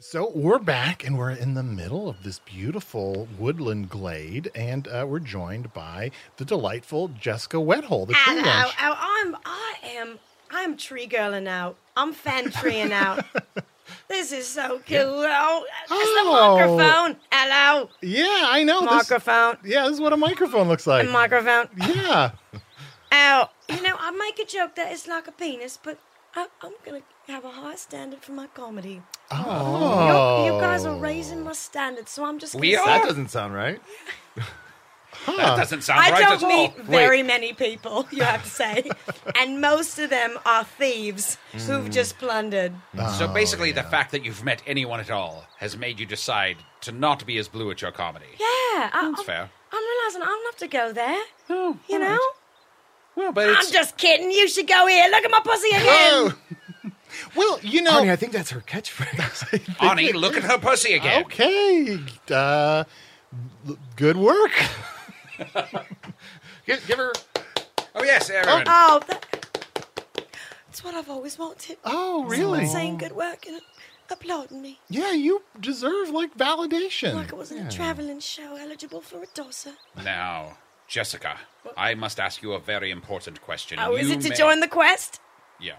Speaker 3: So we're back and we're in the middle of this beautiful woodland glade, and uh, we're joined by the delightful Jessica Wethole, the tree
Speaker 6: Ow,
Speaker 3: wench.
Speaker 6: ow, ow. I'm, I am, I'm tree girling out. I'm fan treeing out. This is so cool. Oh, it's the
Speaker 3: Oh.
Speaker 6: microphone. Hello.
Speaker 3: Yeah, I know. this-
Speaker 6: Microphone.
Speaker 3: yeah, this is what a microphone looks like.
Speaker 6: Microphone.
Speaker 3: yeah.
Speaker 6: Ow. You know, I make a joke that it's like a penis, but I, I'm going to have a high standard for my comedy.
Speaker 3: Oh,
Speaker 6: You guys are raising my standards, so I'm just gonna
Speaker 5: We
Speaker 6: say
Speaker 5: are.
Speaker 4: that doesn't sound right.
Speaker 5: That doesn't sound
Speaker 6: I
Speaker 5: right
Speaker 6: don't
Speaker 5: at
Speaker 6: meet
Speaker 5: all.
Speaker 6: very many people, you have to say. and most of them are thieves who've just plundered.
Speaker 5: so basically, the fact that you've met anyone at all has made you decide to not be as blue at your comedy.
Speaker 6: Yeah, I,
Speaker 5: That's
Speaker 6: I'm,
Speaker 5: fair.
Speaker 6: I'm realizing I don't have to go there. you know?
Speaker 5: Well, but
Speaker 6: I'm
Speaker 5: it's,
Speaker 6: just kidding. You should go here. Look at my pussy again.
Speaker 3: well, you know.
Speaker 4: Honey, I think that's her catchphrase.
Speaker 5: Arnie, look at her pussy again.
Speaker 3: Okay. Uh, l- good work.
Speaker 4: give, give her.
Speaker 5: Oh, yes, Aaron.
Speaker 6: Oh, that, that's what I've always wanted.
Speaker 3: Oh,
Speaker 6: Someone
Speaker 3: really?
Speaker 6: saying good work and applauding me
Speaker 3: Yeah, you deserve like validation.
Speaker 6: like I was in a travelling show eligible for a dosser.
Speaker 5: Now, Jessica, I must ask you a very important question.
Speaker 6: Oh, is
Speaker 5: You
Speaker 6: it to
Speaker 5: may-
Speaker 6: join the quest?
Speaker 5: Yeah.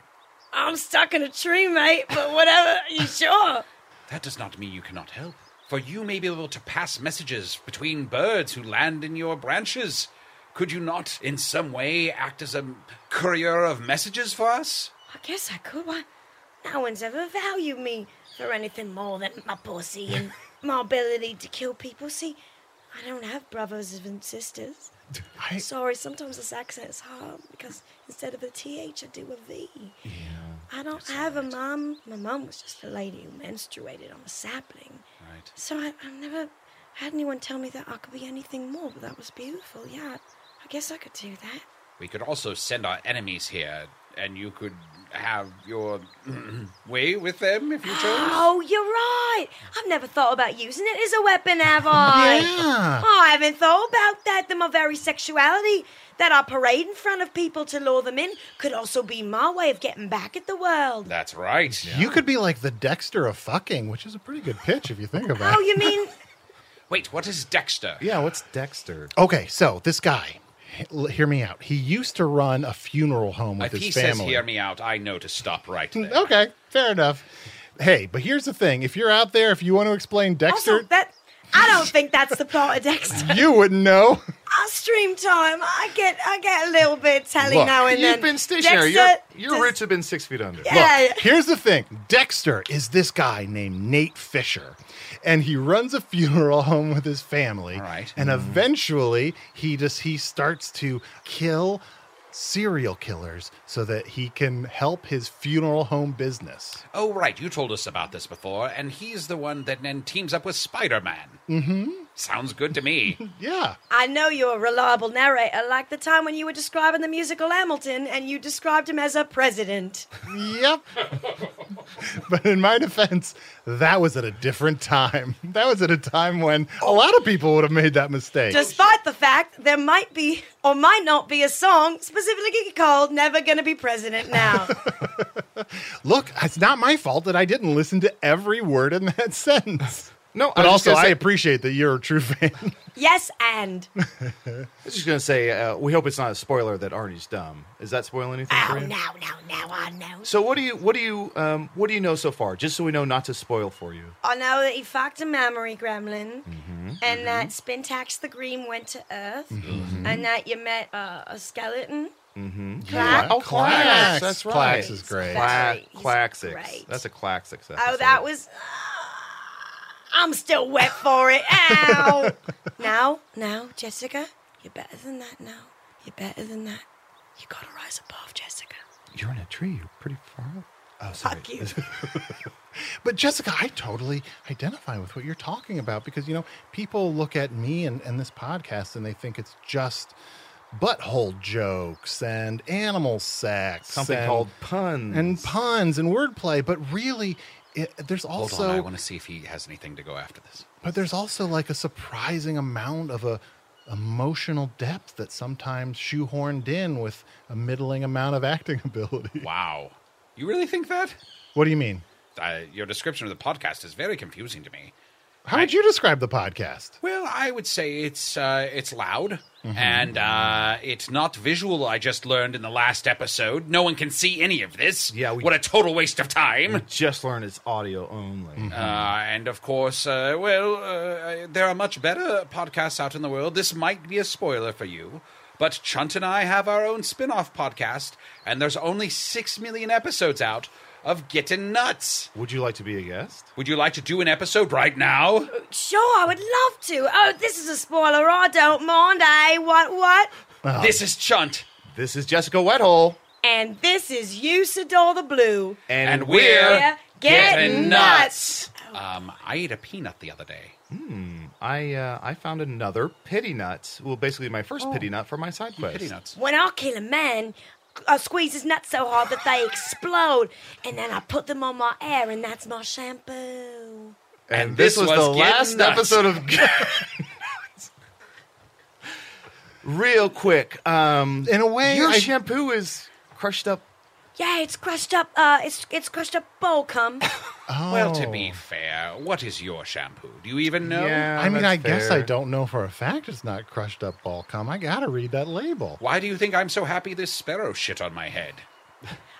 Speaker 6: I'm stuck in a tree, mate, but whatever. You sure?
Speaker 5: That does not mean you cannot help, for you may be able to pass messages between birds who land in your branches. Could you not, in some way, act as a courier of messages for us?
Speaker 6: I guess I could. Why? No one's ever valued me for anything more than my pussy and my ability to kill people. See, I don't have brothers and sisters.
Speaker 3: I-
Speaker 6: Sorry, sometimes this accent is hard because instead of a TH, I do a V. Yeah. I don't have a mum. My mum was just a lady who menstruated on a sapling.
Speaker 5: Right.
Speaker 6: So I, I've never had anyone tell me that I could be anything more, but that was beautiful. Yeah, I guess I could do that.
Speaker 5: We could also send our enemies here, and you could have your way with them if you chose.
Speaker 6: Oh, you're right. I've never thought about using it as a weapon, have I?
Speaker 3: Yeah.
Speaker 6: Oh, I haven't thought about that. That my very sexuality that I parade in front of people to lure them in could also be my way of getting back at the world.
Speaker 5: That's right.
Speaker 3: You could be like the Dexter of fucking, which is a pretty good pitch if you think about
Speaker 6: Oh,
Speaker 3: it.
Speaker 6: you mean
Speaker 5: Wait, what is Dexter?
Speaker 4: Yeah, what's Oh, Dexter?
Speaker 3: Okay, so this guy, L- hear me out. He used to run a funeral home with
Speaker 5: If Uh, he
Speaker 3: his
Speaker 5: says
Speaker 3: family. Mm, Oh.
Speaker 5: "hear me out," I know to stop right there.
Speaker 3: okay, fair enough. Hey, but here's the thing: if you're out there, if you want to explain Dexter,
Speaker 6: Also, that I don't think that's the part of Dexter.
Speaker 3: you wouldn't know.
Speaker 6: I stream time. I get I get a little bit telly
Speaker 3: Look,
Speaker 6: now and
Speaker 4: You've
Speaker 6: then.
Speaker 4: been stationary.
Speaker 6: Dexter,
Speaker 4: your your roots have been six feet under.
Speaker 6: Yeah.
Speaker 3: Look, here's the thing Dexter is this guy named Nate Fisher, and he runs a funeral home with his family. Right.
Speaker 5: Hmm.
Speaker 3: And eventually, he just he starts to kill serial killers so that he can help his funeral home business.
Speaker 5: Oh, right. You told us about this before, and he's the one that then teams up with Spider Man.
Speaker 3: Mm-hmm.
Speaker 5: Sounds good to me.
Speaker 3: Yeah.
Speaker 6: I know you're a reliable narrator, like the time when you were describing the musical Hamilton and you described him as a president.
Speaker 3: Yep. But in my defense, that was at a different time. That was at a time when a lot of people would have made that mistake.
Speaker 6: Despite the fact there might be or might not be a song specifically called Never Gonna Be President Now.
Speaker 3: Look, it's not my fault that I didn't listen to every word in that sentence.
Speaker 4: No,
Speaker 3: but
Speaker 4: I was just
Speaker 3: also
Speaker 4: gonna
Speaker 3: I
Speaker 4: say-
Speaker 3: appreciate that you're a true fan.
Speaker 6: yes, and.
Speaker 4: I was just gonna say, uh, we hope it's not a spoiler that Arnie's dumb. Is that spoiling anything for you?
Speaker 6: no, no, no, I know.
Speaker 4: So what do you what do you um, what do you know so far? Just so we know not to spoil for you.
Speaker 6: I know that he fucked a memory gremlin, and that Spintax the Green went to Earth,
Speaker 4: Mhm.
Speaker 6: and that you met uh, a skeleton.
Speaker 4: Mm-hmm.
Speaker 6: Clack.
Speaker 4: Oh,
Speaker 6: Clax.
Speaker 4: Clax. That's right.
Speaker 3: Clax is great.
Speaker 4: Clax,
Speaker 6: He's
Speaker 4: Claxix.
Speaker 6: great.
Speaker 4: That's a Claxix.
Speaker 6: Oh,
Speaker 4: episode.
Speaker 6: that was. I'm still wet for it. Ow! now, now, Jessica, you're better than that. Now, you're better than that. You gotta rise above, Jessica.
Speaker 4: You're in a tree. You're pretty far up. Oh, sorry.
Speaker 6: Fuck you.
Speaker 3: but Jessica, I totally identify with what you're talking about because you know, people look at me and, and this podcast and they think it's just butthole jokes and animal sex.
Speaker 4: Something
Speaker 3: and-
Speaker 4: called puns.
Speaker 3: And puns and wordplay, but really it, there's also
Speaker 5: Hold on. I want to see if he has anything to go after this.
Speaker 3: But there's also like a surprising amount of a emotional depth that's sometimes shoehorned in with a middling amount of acting ability.
Speaker 5: Wow. You really think that?
Speaker 3: What do you mean?
Speaker 5: Uh, your description of the podcast is very confusing to me.
Speaker 3: How would you describe the podcast?
Speaker 5: Well, I would say it's uh, it's loud
Speaker 3: Mhm.
Speaker 5: and uh, it's not visual. I just learned in the last episode. No one can see any of this. Yeah, what a total waste of time.
Speaker 4: just learned it's audio only.
Speaker 5: Uh, and of course, uh, well, uh, there are much better podcasts out in the world. This might be a spoiler for you, but Chunt and I have our own spin off podcast, and there's only six million episodes out of Getting Nuts.
Speaker 4: Would you like to be a guest?
Speaker 5: Would you like to do an episode right now?
Speaker 6: Sure, I would love to. Oh, this is a spoiler. I don't mind, eh? What, what?
Speaker 4: Uh-huh.
Speaker 5: This is Chunt.
Speaker 4: This is Jessica Wethole.
Speaker 6: And this is Usador the Blue.
Speaker 4: And,
Speaker 6: Yeah, getting, nuts.
Speaker 5: Um, I ate a peanut the other day.
Speaker 4: Hmm. I uh, I found another pity nut. Well, basically my first
Speaker 6: Oh.
Speaker 4: pity nut for my side quest.
Speaker 5: pity nuts.
Speaker 6: When I kill a man, I squeeze his nuts so hard that they explode, and then I put them on my hair, and that's my shampoo.
Speaker 4: And,
Speaker 5: this
Speaker 4: this, was,
Speaker 5: was
Speaker 4: the
Speaker 5: Getting
Speaker 4: last
Speaker 5: Nuts.
Speaker 4: episode of. Real quick, um,
Speaker 3: in a way,
Speaker 4: your
Speaker 3: I-
Speaker 4: shampoo is crushed up.
Speaker 6: Yeah, it's crushed up. Uh, it's it's crushed up bowl cum.
Speaker 5: Well, to
Speaker 4: Oh.
Speaker 5: be fair, what is your shampoo? Do you even know?
Speaker 3: I mean, I guess I don't know for a fact it's not crushed up ball cum. I gotta read that label.
Speaker 5: Why do you think I'm so happy this sparrow shit on my head?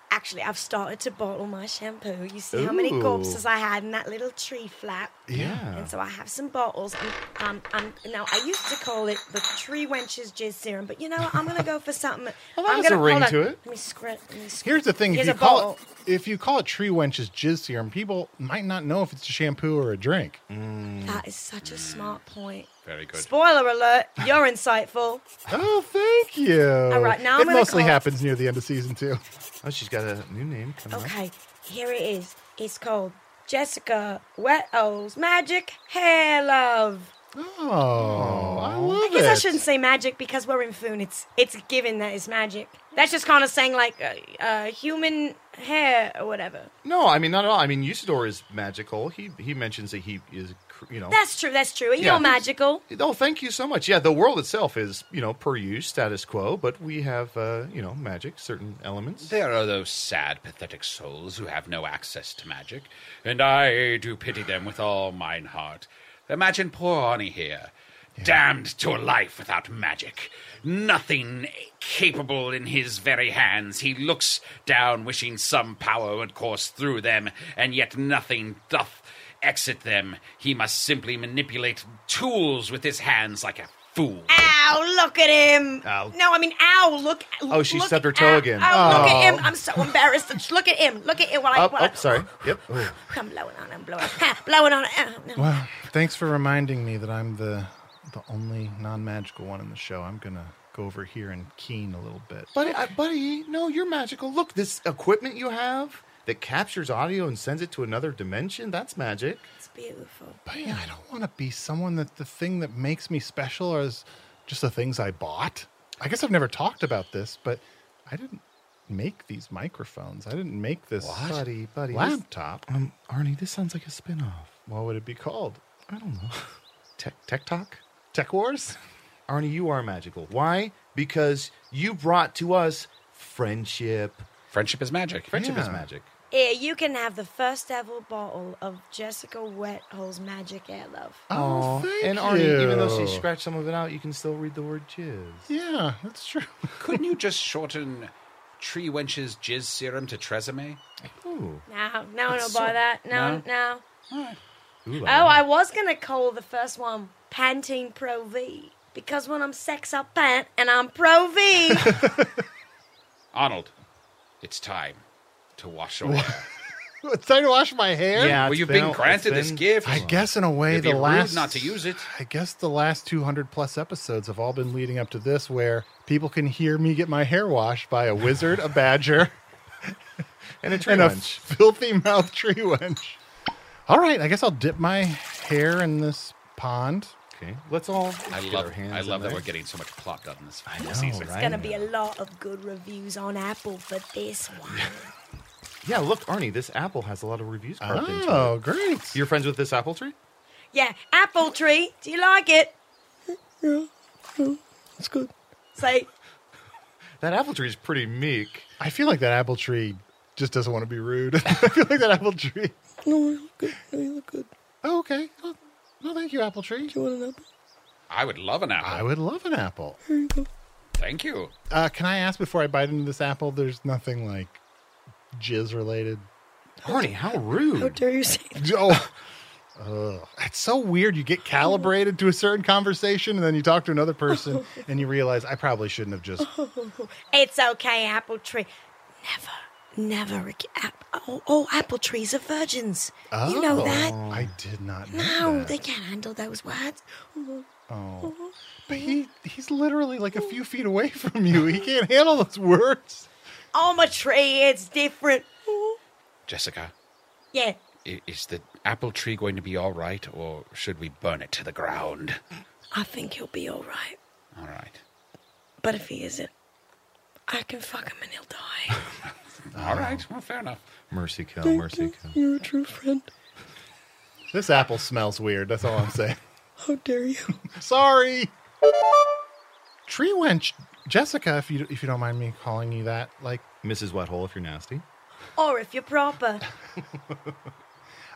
Speaker 6: Actually, I've started to bottle my shampoo. You see how many
Speaker 5: Ooh.
Speaker 6: corpses I had in that little tree flat.
Speaker 5: Yeah.
Speaker 6: And so I have some bottles. Um, um, um, now I used to call it the tree wench's jizz serum, but you know what? I'm gonna go for something. well, I'm
Speaker 3: has a
Speaker 6: gonna,
Speaker 3: ring
Speaker 6: hold on.
Speaker 3: to it.
Speaker 6: Let me squirt. Let me squirt.
Speaker 3: Here's the thing: if
Speaker 6: Here's
Speaker 3: you
Speaker 6: a
Speaker 3: call
Speaker 6: bottle.
Speaker 3: it, if you call it tree wench's jizz serum, people might not know if it's a shampoo or a drink.
Speaker 4: Mm.
Speaker 3: Mm.
Speaker 6: That is such a smart point.
Speaker 5: Very good.
Speaker 6: Spoiler alert, you're insightful.
Speaker 3: Oh, thank you.
Speaker 6: All right, now I'm
Speaker 3: it
Speaker 6: gonna
Speaker 3: mostly
Speaker 6: call-
Speaker 3: happens near the end of season two.
Speaker 4: Oh, she's got a new name coming
Speaker 6: Okay, here it is. It's called Jessica Wet O's Magic Hair Love.
Speaker 3: Oh, I love
Speaker 6: I guess I
Speaker 3: it.
Speaker 6: shouldn't say magic because we're in Foon. It's it's given that it's magic. That's just kind of saying like uh, uh, human hair or whatever.
Speaker 4: No, I mean not at all. I mean Usador is magical. He he mentions that he is cr- you know.
Speaker 6: That's true. That's true. You're
Speaker 4: Yeah.
Speaker 6: magical.
Speaker 4: Oh, thank you so much. Yeah, the world itself is you know per use status quo, but we have uh, you know magic, certain elements.
Speaker 5: There are those sad, pathetic souls who have no access to magic, and I do pity them with all mine heart. Imagine poor Arnie here. damned to a life without magic. Nothing capable in his very hands. He looks down, wishing some power would course through them, and yet nothing doth exit them. He must simply manipulate tools with his hands like a fool.
Speaker 6: Ow, look at him.
Speaker 5: Ow.
Speaker 6: No, I mean, ow, look.
Speaker 4: Oh, she
Speaker 6: look,
Speaker 4: stubbed her toe
Speaker 6: ow,
Speaker 4: again.
Speaker 6: Ow, look
Speaker 4: Oh.
Speaker 6: at him. I'm so embarrassed. look at him. Look at him while I.
Speaker 3: Oh,
Speaker 6: while I-
Speaker 3: sorry.
Speaker 4: Yep.
Speaker 6: I'm blowing on him, blowing on him. Blowing on him. Oh,
Speaker 3: Well, thanks for reminding me that I'm the the only non magical one in the show. I'm gonna go over here and keen a little bit.
Speaker 4: Buddy, I, buddy, no, you're magical. Look, this equipment you have that captures audio and sends it to another dimension, that's magic.
Speaker 6: It's beautiful.
Speaker 3: But yeah, I don't want to be someone that the thing that makes me special is just the things I bought. I guess I've never talked about this, but I didn't make these microphones. I didn't make this
Speaker 4: What? Buddy, buddy, this-
Speaker 3: laptop.
Speaker 4: um, Arnie, this sounds like a spinoff.
Speaker 3: What would it be called?
Speaker 4: I don't know. Tech, tech talk?
Speaker 3: Tech wars?
Speaker 4: Arnie, you are magical. Why? Because you brought to us friendship.
Speaker 5: Friendship is magic.
Speaker 4: Friendship is
Speaker 5: Yeah.
Speaker 4: magic.
Speaker 6: Here, you can have the first ever bottle of Jessica Wethole's Magic Air Love.
Speaker 3: Oh, thank
Speaker 4: and Arnie, even though
Speaker 3: you.
Speaker 4: she scratched some of it out, you can still read the word jizz.
Speaker 3: Yeah, that's true.
Speaker 5: Couldn't you just shorten Tree Wench's jizz serum to Tresemme?
Speaker 4: Ooh.
Speaker 6: No, no one will
Speaker 5: That's
Speaker 6: buy
Speaker 5: so-
Speaker 6: that. No,
Speaker 5: No.
Speaker 6: no.
Speaker 5: Ooh,
Speaker 6: Oh, I was going to call the first one Pantene Pro V because when I'm sex, I pant and I'm Pro V.
Speaker 5: Arnold, it's time to wash away.
Speaker 3: it's time to wash my hair.
Speaker 4: Yeah,
Speaker 5: well,
Speaker 4: it's
Speaker 5: you've
Speaker 4: been
Speaker 5: been,
Speaker 4: a-
Speaker 5: granted
Speaker 4: it's
Speaker 5: this
Speaker 4: been-
Speaker 5: gift.
Speaker 3: I guess in a way
Speaker 5: It'd
Speaker 3: the
Speaker 5: be rude
Speaker 3: last
Speaker 5: not to use it.
Speaker 3: I guess the last 200 plus episodes have all been leading up to this where people can hear me get my hair washed by a wizard, a badger,
Speaker 4: And a tree
Speaker 3: and a
Speaker 4: wench.
Speaker 3: filthy mouth tree wench. All right, I guess I'll dip my hair in this pond.
Speaker 4: Okay, let's all.
Speaker 5: I
Speaker 4: Get our
Speaker 5: love,
Speaker 4: hands
Speaker 5: I
Speaker 4: in
Speaker 5: love that
Speaker 4: there.
Speaker 5: we're getting so much plot done this final
Speaker 4: know,
Speaker 5: season.
Speaker 6: It's going to be a lot of good reviews on Apple for this one.
Speaker 4: Yeah, look, Arnie, this apple has a lot of reviews carved into it.
Speaker 5: Ah.
Speaker 3: Oh, great.
Speaker 4: You're friends with this apple tree?
Speaker 6: Yeah, Apple Tree, do you like it?
Speaker 3: That's good.
Speaker 6: Say,
Speaker 4: That apple tree is pretty meek.
Speaker 3: I feel like that apple tree just doesn't want to be rude. I feel like that apple tree. No, you look good. No, you look good. Oh, okay. Well, no, thank you, apple tree. Do you want an apple?
Speaker 5: I would love an apple.
Speaker 4: Uh,
Speaker 3: I would love an apple.
Speaker 5: Thank you.
Speaker 3: Uh, can I ask before I bite into this apple? There's nothing like jizz related.
Speaker 4: Arnie, how
Speaker 6: how
Speaker 4: rude.
Speaker 6: dare you say
Speaker 3: Oh, ugh. it's so weird. You get calibrated to a certain conversation, and then you talk to another person, and you realize I probably shouldn't have just.
Speaker 6: It's okay, Apple Tree. Never, never. ag- App, oh, oh, Apple trees are virgins.
Speaker 3: Oh,
Speaker 6: You know that?
Speaker 3: I did not know.
Speaker 6: No,
Speaker 3: that.
Speaker 6: they can't handle those words.
Speaker 3: Oh. But he, he's literally like a few feet away from you. He can't handle those words.
Speaker 6: I'm a tree. It's different.
Speaker 5: Jessica,
Speaker 6: Yeah.
Speaker 5: i- is the apple tree going to be all right, or should we burn it to the ground?
Speaker 6: I think he'll be all right.
Speaker 5: All right.
Speaker 6: But if he isn't, I can fuck him and he'll die.
Speaker 4: Uh,
Speaker 5: All right. Well, fair enough.
Speaker 4: Mercy kill, mercy kill.
Speaker 6: You're a true friend.
Speaker 3: This apple smells weird. That's all I'm saying.
Speaker 6: How dare you?
Speaker 3: Sorry. Tree wench, Jessica, if you if you don't mind me calling you that, like
Speaker 4: Mrs. Wethole, if you're nasty.
Speaker 6: Or if you're proper.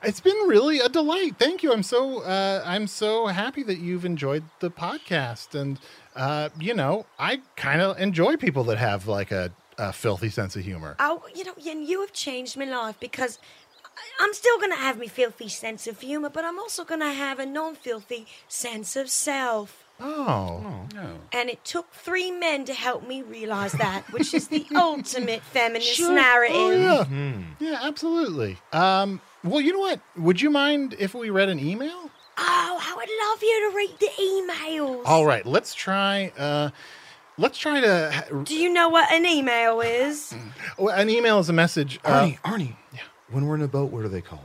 Speaker 3: it's been really a delight. Thank you. I'm so uh, I'm so happy that you've enjoyed the podcast, and uh, you know I kind of enjoy people that have like a, a filthy sense of humor.
Speaker 6: Oh, you know, and you have changed my life because I- I'm still going to have my filthy sense of humor, but I'm also going to have a non filthy sense of self.
Speaker 3: Oh,
Speaker 5: No.
Speaker 6: And it took three men to help me realize that, which is the ultimate feminist narrative.
Speaker 3: Oh, yeah, yeah, absolutely. Um, well, you know what? Would you mind if we read an email?
Speaker 6: Oh, how I'd love you to read the emails.
Speaker 3: All right, let's try. Uh, let's try to.
Speaker 6: Do you know what an email is?
Speaker 3: oh, An email is a message. Uh,
Speaker 4: Arnie, Arnie. Yeah. When we're in a boat, what are they called?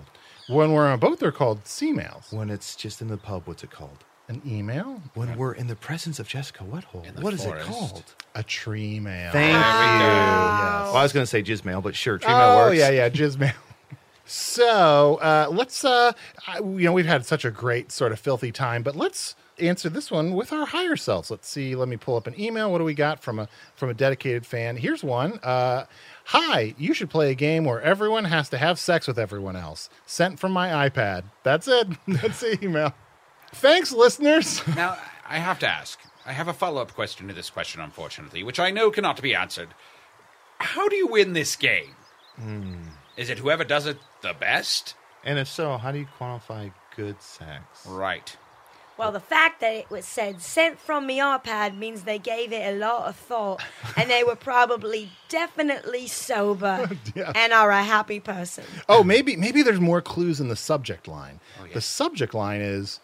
Speaker 3: when we're on a boat, they're called sea mails.
Speaker 4: When it's just in the pub, what's it called?
Speaker 3: An email,
Speaker 4: When we're in the presence of Jessica
Speaker 5: In
Speaker 4: Wethole,
Speaker 5: the
Speaker 4: what is
Speaker 5: forest.
Speaker 4: it called?
Speaker 3: a tree mail.
Speaker 4: Thank you.
Speaker 3: Yes.
Speaker 4: Well, I was going to say jizz mail, but sure, tree mail
Speaker 3: Oh
Speaker 4: works.
Speaker 3: yeah, yeah, jizz mail. So uh, let's, uh, I, you know, we've had such a great sort of filthy time, but let's answer this one with our higher selves. Let's see. Let me pull up an email. What do we got from a from a dedicated fan? Here's one. Uh, Hi, you should play a game where everyone has to have sex with everyone else. Sent from my iPad. That's it. That's the email. Thanks, listeners.
Speaker 5: Now, I have to ask. I have a follow up question to this question, unfortunately, which I know cannot be answered. How do you win this game?
Speaker 4: Hmm.
Speaker 5: Is it whoever does it the best?
Speaker 4: And if so, how do you quantify good sex?
Speaker 5: Right.
Speaker 6: Well, the fact that it was said sent from the iPad means they gave it a lot of thought and they were probably definitely sober and are a happy person.
Speaker 3: Oh, maybe maybe there's more clues in the subject line. The subject line is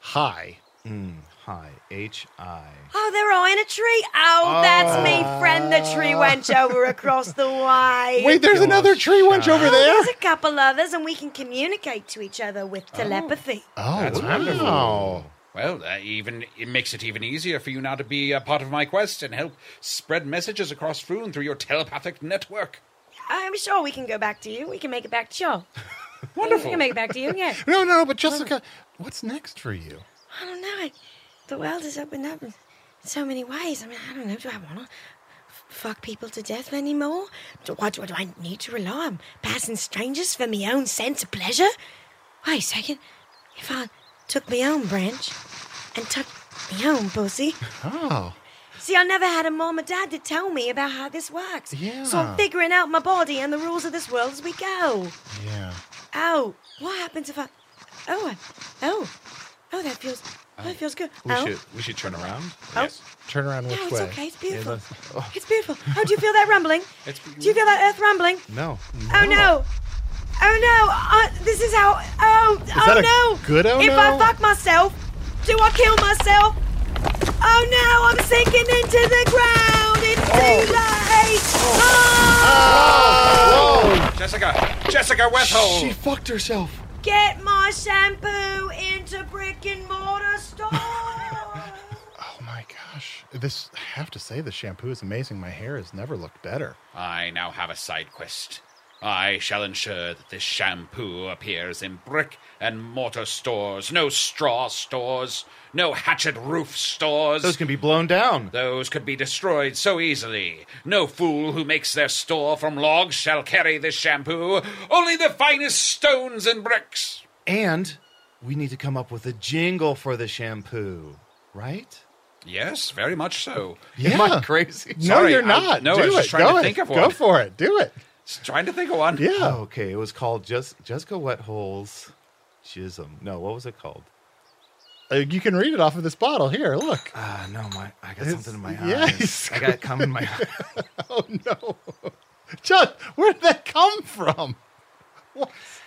Speaker 3: hi.
Speaker 4: hi. H I.
Speaker 6: Oh, they're all in a tree. Oh, that's me, friend. The tree wench over across the way.
Speaker 3: Oh. Wait, there's another tree wench over
Speaker 6: Oh,
Speaker 3: there.
Speaker 6: There's a couple others, and we can communicate to each other with telepathy.
Speaker 3: Oh,
Speaker 5: That's
Speaker 3: wow.
Speaker 5: wonderful. Well, that even it makes it even easier for you now to be a part of my quest and help spread messages across Foon through your telepathic network.
Speaker 6: I'm sure we can go back to you. We can make it back to you.
Speaker 5: Wonderful.
Speaker 6: We can make it back to you, yeah.
Speaker 3: No, no, but Jessica, what's next for you?
Speaker 6: I don't know. I, the world has opened up in so many ways. I mean, I don't know. Do I want to fuck people to death anymore? Do, why do, do I need to rely on passing strangers for my own sense of pleasure? Wait a second. If I took my own branch and tucked my own pussy.
Speaker 3: Oh.
Speaker 6: See, I never had a mom or dad to tell me about how this works.
Speaker 3: Yeah.
Speaker 6: So I'm figuring out my body and the rules of this world as we go.
Speaker 3: Yeah.
Speaker 6: Oh, what happens if I. Oh, I, oh, oh, that feels. Oh, that feels good.
Speaker 4: We
Speaker 6: oh.
Speaker 4: should we should turn around.
Speaker 6: Oh.
Speaker 3: Turn around
Speaker 6: No, it's okay. It's beautiful.
Speaker 4: Yeah, that's- oh,
Speaker 6: It's beautiful. Oh, do you feel that rumbling?
Speaker 4: It's-
Speaker 6: Do you feel that earth rumbling?
Speaker 4: no.
Speaker 6: Oh no. Oh no. Uh, this is how. Oh. oh
Speaker 4: that a
Speaker 6: no.
Speaker 4: good oh,
Speaker 6: if
Speaker 4: no?
Speaker 6: I fuck myself, do I kill myself? Oh no! I'm sinking into the ground. It's
Speaker 4: Oh.
Speaker 6: too late. Ah.
Speaker 4: Ah.
Speaker 5: Oh! Jessica! Jessica Wethole!
Speaker 4: She fucked herself.
Speaker 6: Get my shampoo into brick and mortar store.
Speaker 3: Oh my gosh. This I have to say the shampoo is amazing. My hair has never looked better.
Speaker 5: I now have a side quest. I shall ensure that this shampoo appears in brick and mortar stores, no straw stores, no hatchet roof stores.
Speaker 4: Those can be blown down.
Speaker 5: Those could be destroyed so easily. No fool who makes their store from logs shall carry this shampoo. Only the finest stones and bricks.
Speaker 4: And we need to come up with a jingle for the shampoo, right?
Speaker 5: Yes, very much so.
Speaker 4: Am I crazy?
Speaker 3: No, you're not.
Speaker 5: no,
Speaker 3: Do
Speaker 5: I was
Speaker 3: it.
Speaker 5: just trying
Speaker 3: Go
Speaker 5: to
Speaker 3: it.
Speaker 5: think of
Speaker 3: Go
Speaker 5: one.
Speaker 3: for it. Do it.
Speaker 5: Just trying to think of one.
Speaker 3: Yeah.
Speaker 4: Okay, it was called Jes- Jessica Wethole's Jism. No, what was it called?
Speaker 3: Uh, you can read it off of this bottle. Here, look.
Speaker 4: Ah, no, my I got
Speaker 3: It's-
Speaker 4: something in my eyes.
Speaker 3: yes.
Speaker 4: I got cum in my eyes.
Speaker 3: John, Oh, where did that come from?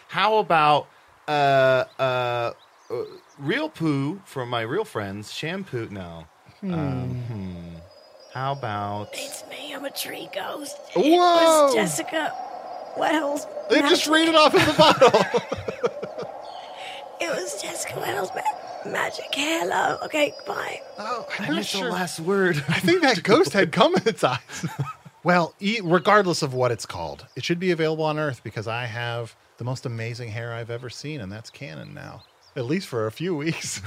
Speaker 4: How about uh, uh, uh, real poo from my real friends? Shampoo? No. Um, hmm. How about
Speaker 6: it's me. I'm a tree ghost. It
Speaker 3: Whoa.
Speaker 6: was Jessica Wells.
Speaker 3: They just read it off of the bottle.
Speaker 6: It was Jessica Wells' ma- magic hair, love. Okay, bye.
Speaker 3: Oh, I'm
Speaker 4: I
Speaker 3: not
Speaker 4: missed the
Speaker 3: sure.
Speaker 4: last word.
Speaker 3: I think that ghost had cum in its eyes. well, e- regardless of what it's called, it should be available on Earth because I have the most amazing hair I've ever seen, and that's canon now, at least for a few weeks.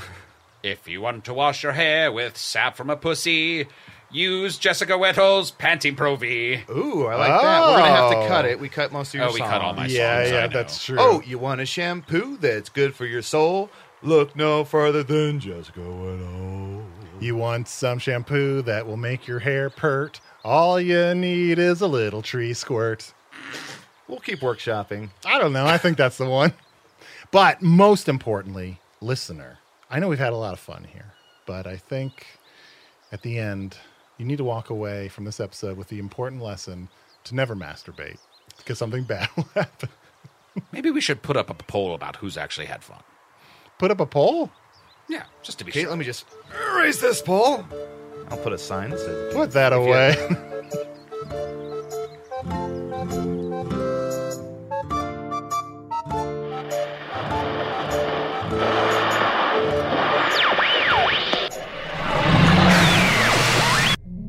Speaker 5: If you want to wash your hair with sap from a pussy, use Jessica Wethole's Panty Pro V.
Speaker 4: Ooh, I like that. We're gonna have
Speaker 3: Oh.
Speaker 4: to cut it. We cut most of your.
Speaker 5: Oh, we cut all my
Speaker 4: songs.
Speaker 3: yeah,
Speaker 5: songs, I
Speaker 3: yeah,
Speaker 5: know.
Speaker 3: that's true.
Speaker 4: Oh, you want a shampoo that's good for your soul? Look no further than Jessica Whittle.
Speaker 3: you want some shampoo that will make your hair pert? All you need is a little tree squirt.
Speaker 4: We'll keep workshopping.
Speaker 3: I don't know. I think that's the one. But most importantly, listener, I know we've had a lot of fun here, but I think at the end, you need to walk away from this episode with the important lesson to never masturbate because something bad will happen.
Speaker 5: Maybe we should put up a poll about who's actually had fun.
Speaker 3: Put up a poll.
Speaker 5: Yeah, just to be
Speaker 4: Okay,
Speaker 5: sure.
Speaker 4: let me just erase this poll. I'll put a sign that says
Speaker 3: Put that away.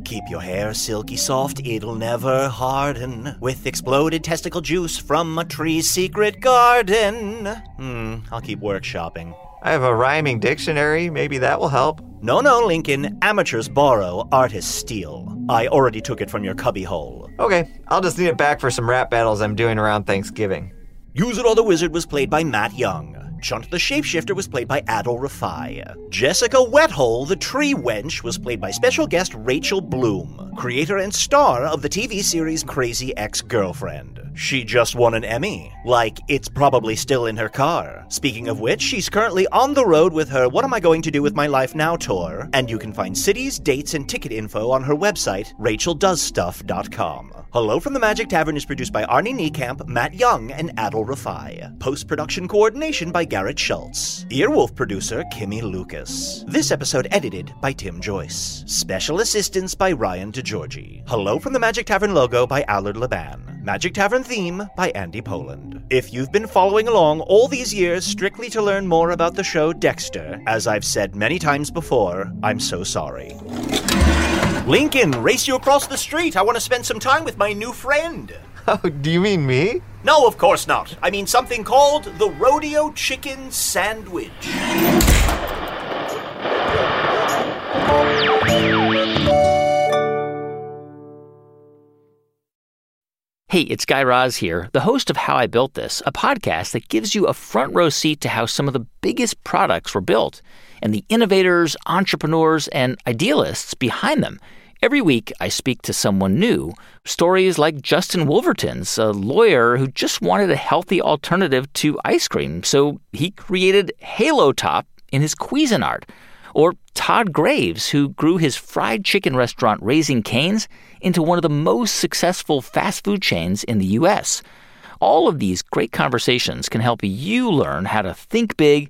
Speaker 1: Keep your hair silky soft, it'll never harden. With exploded testicle juice from a tree's secret garden. Hmm, I'll keep workshopping.
Speaker 2: I have a rhyming dictionary. Maybe that will help.
Speaker 1: No, no, Lincoln. Amateurs borrow, artists steal. I already took it from your cubbyhole.
Speaker 2: Okay, I'll just need it back for some rap battles I'm doing around Thanksgiving.
Speaker 1: Use It or the Wizard was played by Matt Young. Chunt the Shapeshifter was played by Adol Rafai. Jessica Wethole, the Tree Wench, was played by special guest Rachel Bloom, creator and star of the TV series Crazy Ex Girlfriend. She just won an Emmy. Like, it's probably still in her car. Speaking of which, she's currently on the road with her What Am I Going to Do with My Life Now tour, and you can find cities, dates, and ticket info on her website, racheldoesstuff.com. Hello from the Magic Tavern is produced by Arnie Niekamp, Matt Young, and Adol Rafai. Post production coordination by Garrett Schultz. Earwolf producer Kimmy Lucas. This episode edited by Tim Joyce. Special assistance by Ryan DeGiorgi. Hello from the Magic Tavern logo by Allard Laban. Magic Tavern theme by Andy Poland. If you've been following along all these years strictly to learn more about the show Dexter, as I've said many times before, I'm so sorry. Lincoln, race you across the street. I want to spend some time with my new friend.
Speaker 2: Oh, do you mean me?
Speaker 1: No, of course not. I mean something called the Rodeo Chicken Sandwich.
Speaker 8: Hey, it's Guy Raz here, the host of How I Built This, a podcast that gives you a front row seat to how some of the biggest products were built and the innovators, entrepreneurs, and idealists behind them. Every week, I speak to someone new. Stories like Justin Wolverton's, a lawyer who just wanted a healthy alternative to ice cream, so he created Halo Top in his Cuisinart. Or Todd Graves, who grew his fried chicken restaurant Raising Canes into one of the most successful fast food chains in the U.S. All of these great conversations can help you learn how to think big,